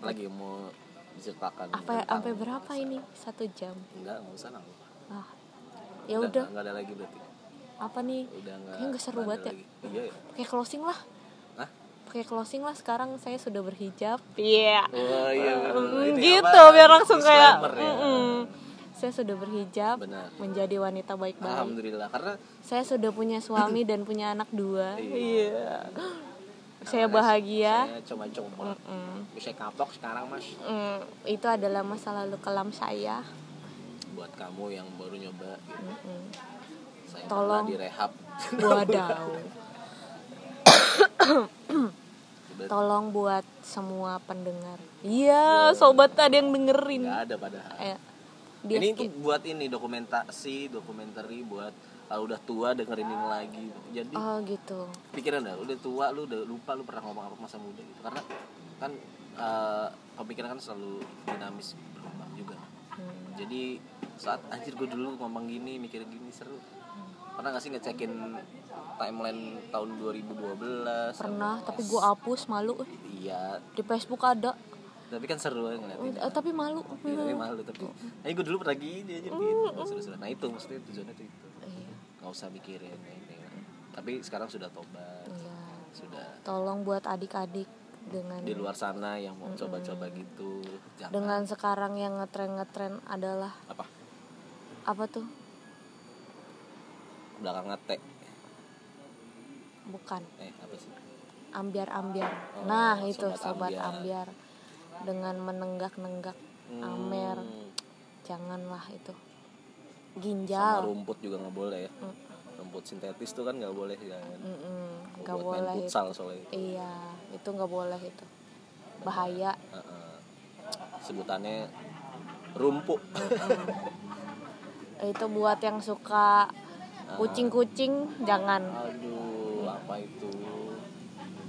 Speaker 1: lagi mau diceritakan
Speaker 2: apa ya,
Speaker 1: tentang-
Speaker 2: sampai berapa ini? Satu jam.
Speaker 1: Enggak, enggak usah lah.
Speaker 2: Ah, ya udah.
Speaker 1: nggak ada lagi berarti
Speaker 2: Apa nih?
Speaker 1: udah nggak
Speaker 2: Kayaknya nggak seru
Speaker 1: nggak ada
Speaker 2: banget ya.
Speaker 1: lagi. iya ya
Speaker 2: Pakai closing lah.
Speaker 1: Hah?
Speaker 2: Pakai closing lah. Sekarang saya sudah berhijab. Iya.
Speaker 1: oh iya
Speaker 2: Mm,
Speaker 1: bener. Ini
Speaker 2: gitu
Speaker 1: apa?
Speaker 2: biar langsung kayak.
Speaker 1: Disclaimer ya.
Speaker 2: mm-mm. Saya sudah berhijab.
Speaker 1: Benar.
Speaker 2: Menjadi wanita baik-baik.
Speaker 1: alhamdulillah karena
Speaker 2: Saya sudah punya suami dan punya anak dua. Iya. Saya
Speaker 1: karena
Speaker 2: bahagia.
Speaker 1: eh, saya cuma coba
Speaker 2: Mm.
Speaker 1: bisa kapok sekarang mas
Speaker 2: Mm, itu adalah masa lalu kelam saya.
Speaker 1: buat kamu yang baru nyoba gitu.
Speaker 2: Mm.
Speaker 1: saya
Speaker 2: Tolong.
Speaker 1: pernah direhab
Speaker 2: Wadaw.
Speaker 1: Berarti
Speaker 2: Tolong buat semua pendengar. Iya, sobat ada yang dengerin.
Speaker 1: nggak ada padahal
Speaker 2: Eh, dia
Speaker 1: ini
Speaker 2: skip.
Speaker 1: tuh buat ini dokumentasi dokumenteri buat kalau udah tua dengerin ini lagi jadi
Speaker 2: Oh gitu.
Speaker 1: pikiran dah udah tua lu udah lupa lu pernah ngomong apa masa muda gitu karena kan eh, pemikiran kan selalu dinamis berkembang juga
Speaker 2: Hmm.
Speaker 1: jadi saat anjir gue dulu ngomong gini mikirin gini seru pernah gak sih ngecekin timeline tahun 2012
Speaker 2: pernah
Speaker 1: Tahun-
Speaker 2: tapi gue hapus malu
Speaker 1: iya
Speaker 2: di Facebook ada
Speaker 1: tapi kan seru aja ngeliatin
Speaker 2: Eh, tapi malu
Speaker 1: Iya, tapi
Speaker 2: Hmm.
Speaker 1: malu tapi Nah, gue dulu pernah gini aja gitu seru-seru nah itu maksudnya tujuannya tuh itu
Speaker 2: Iya,
Speaker 1: nggak usah mikirin ini tapi sekarang sudah tobat
Speaker 2: iya.
Speaker 1: sudah
Speaker 2: tolong buat adik-adik dengan
Speaker 1: di luar sana yang mau coba-coba gitu jangan
Speaker 2: dengan sekarang yang ngetren ngetren adalah
Speaker 1: apa
Speaker 2: apa tuh
Speaker 1: belakang ngetek
Speaker 2: bukan
Speaker 1: eh apa sih
Speaker 2: ambiar-ambiar
Speaker 1: Oh,
Speaker 2: nah itu
Speaker 1: sobat
Speaker 2: sobat
Speaker 1: ambiar.
Speaker 2: ambiar. dengan menenggak-nenggak
Speaker 1: Hmm,
Speaker 2: amer janganlah itu
Speaker 1: sama
Speaker 2: ginjal
Speaker 1: rumput juga nggak boleh ya
Speaker 2: Mm.
Speaker 1: rumput sintetis tuh kan nggak boleh jangan
Speaker 2: Mm-mm, nggak
Speaker 1: buat main
Speaker 2: boleh itu.
Speaker 1: futsal soalnya itu.
Speaker 2: iya itu nggak boleh itu bahaya
Speaker 1: Heeh. sebutannya rumpuk
Speaker 2: itu buat yang
Speaker 1: Ah.
Speaker 2: suka kucing-kucing jangan
Speaker 1: aduh apa itu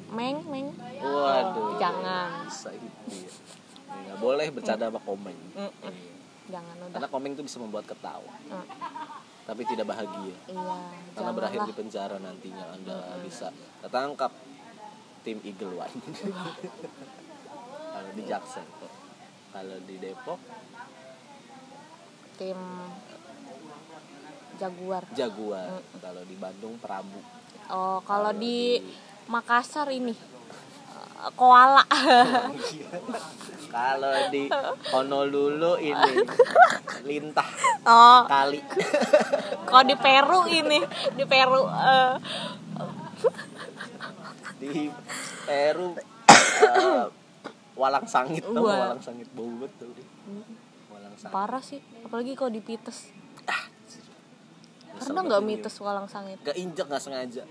Speaker 2: meng meng
Speaker 1: waduh
Speaker 2: jangan
Speaker 1: bisa gitu ya nggak boleh bercanda sama komeng
Speaker 2: Mm-mm.
Speaker 1: Iya.
Speaker 2: jangan udah
Speaker 1: karena komeng tuh bisa membuat ketawa
Speaker 2: Mm.
Speaker 1: tapi tidak bahagia
Speaker 2: iya
Speaker 1: karena berakhir gitu.
Speaker 2: janganlah
Speaker 1: di penjara nantinya anda bisa tertangkap tim Eagle One kalau di Jackson kalau di Depok
Speaker 2: tim jaguar
Speaker 1: Jaguar
Speaker 2: Ah.
Speaker 1: kalau di Bandung Prabu
Speaker 2: oh kalau di Makassar ini eh, koala
Speaker 1: kalau di Honolulu ini lintah
Speaker 2: oh
Speaker 1: kali
Speaker 2: kalau di Peru ini di Peru eh,
Speaker 1: di Peru eh, walang sangit tuh
Speaker 2: Wah. Hmm.
Speaker 1: walang sangit bau betul walang sangit
Speaker 2: parah sih apalagi kalau di Pites
Speaker 1: Sampai
Speaker 2: pernah nggak
Speaker 1: ini.
Speaker 2: mites walang sangit
Speaker 1: gak injek gak sengaja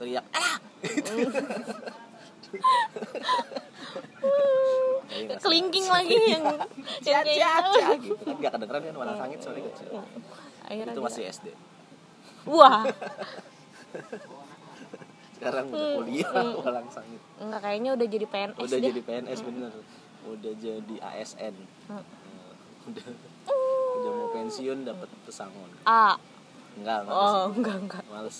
Speaker 1: teriak ah Gitu.
Speaker 2: kelingking lagi yang yang kayak
Speaker 1: Cah, gitu kan gak kedengeran kan warna sangit soalnya gak kedengeran. itu
Speaker 2: akhirnya dia-
Speaker 1: masih ya? SD
Speaker 2: wah
Speaker 1: sekarang udah kuliah walang sangit
Speaker 2: nggak kayaknya udah jadi PNS
Speaker 1: udah
Speaker 2: deh
Speaker 1: jadi PNS bener udah jadi ASN Eh, udah udah mau pensiun dapat pesangon
Speaker 2: ah
Speaker 1: enggak enggak
Speaker 2: oh enggak enggak
Speaker 1: males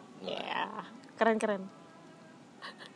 Speaker 2: Ya. Keren-keren.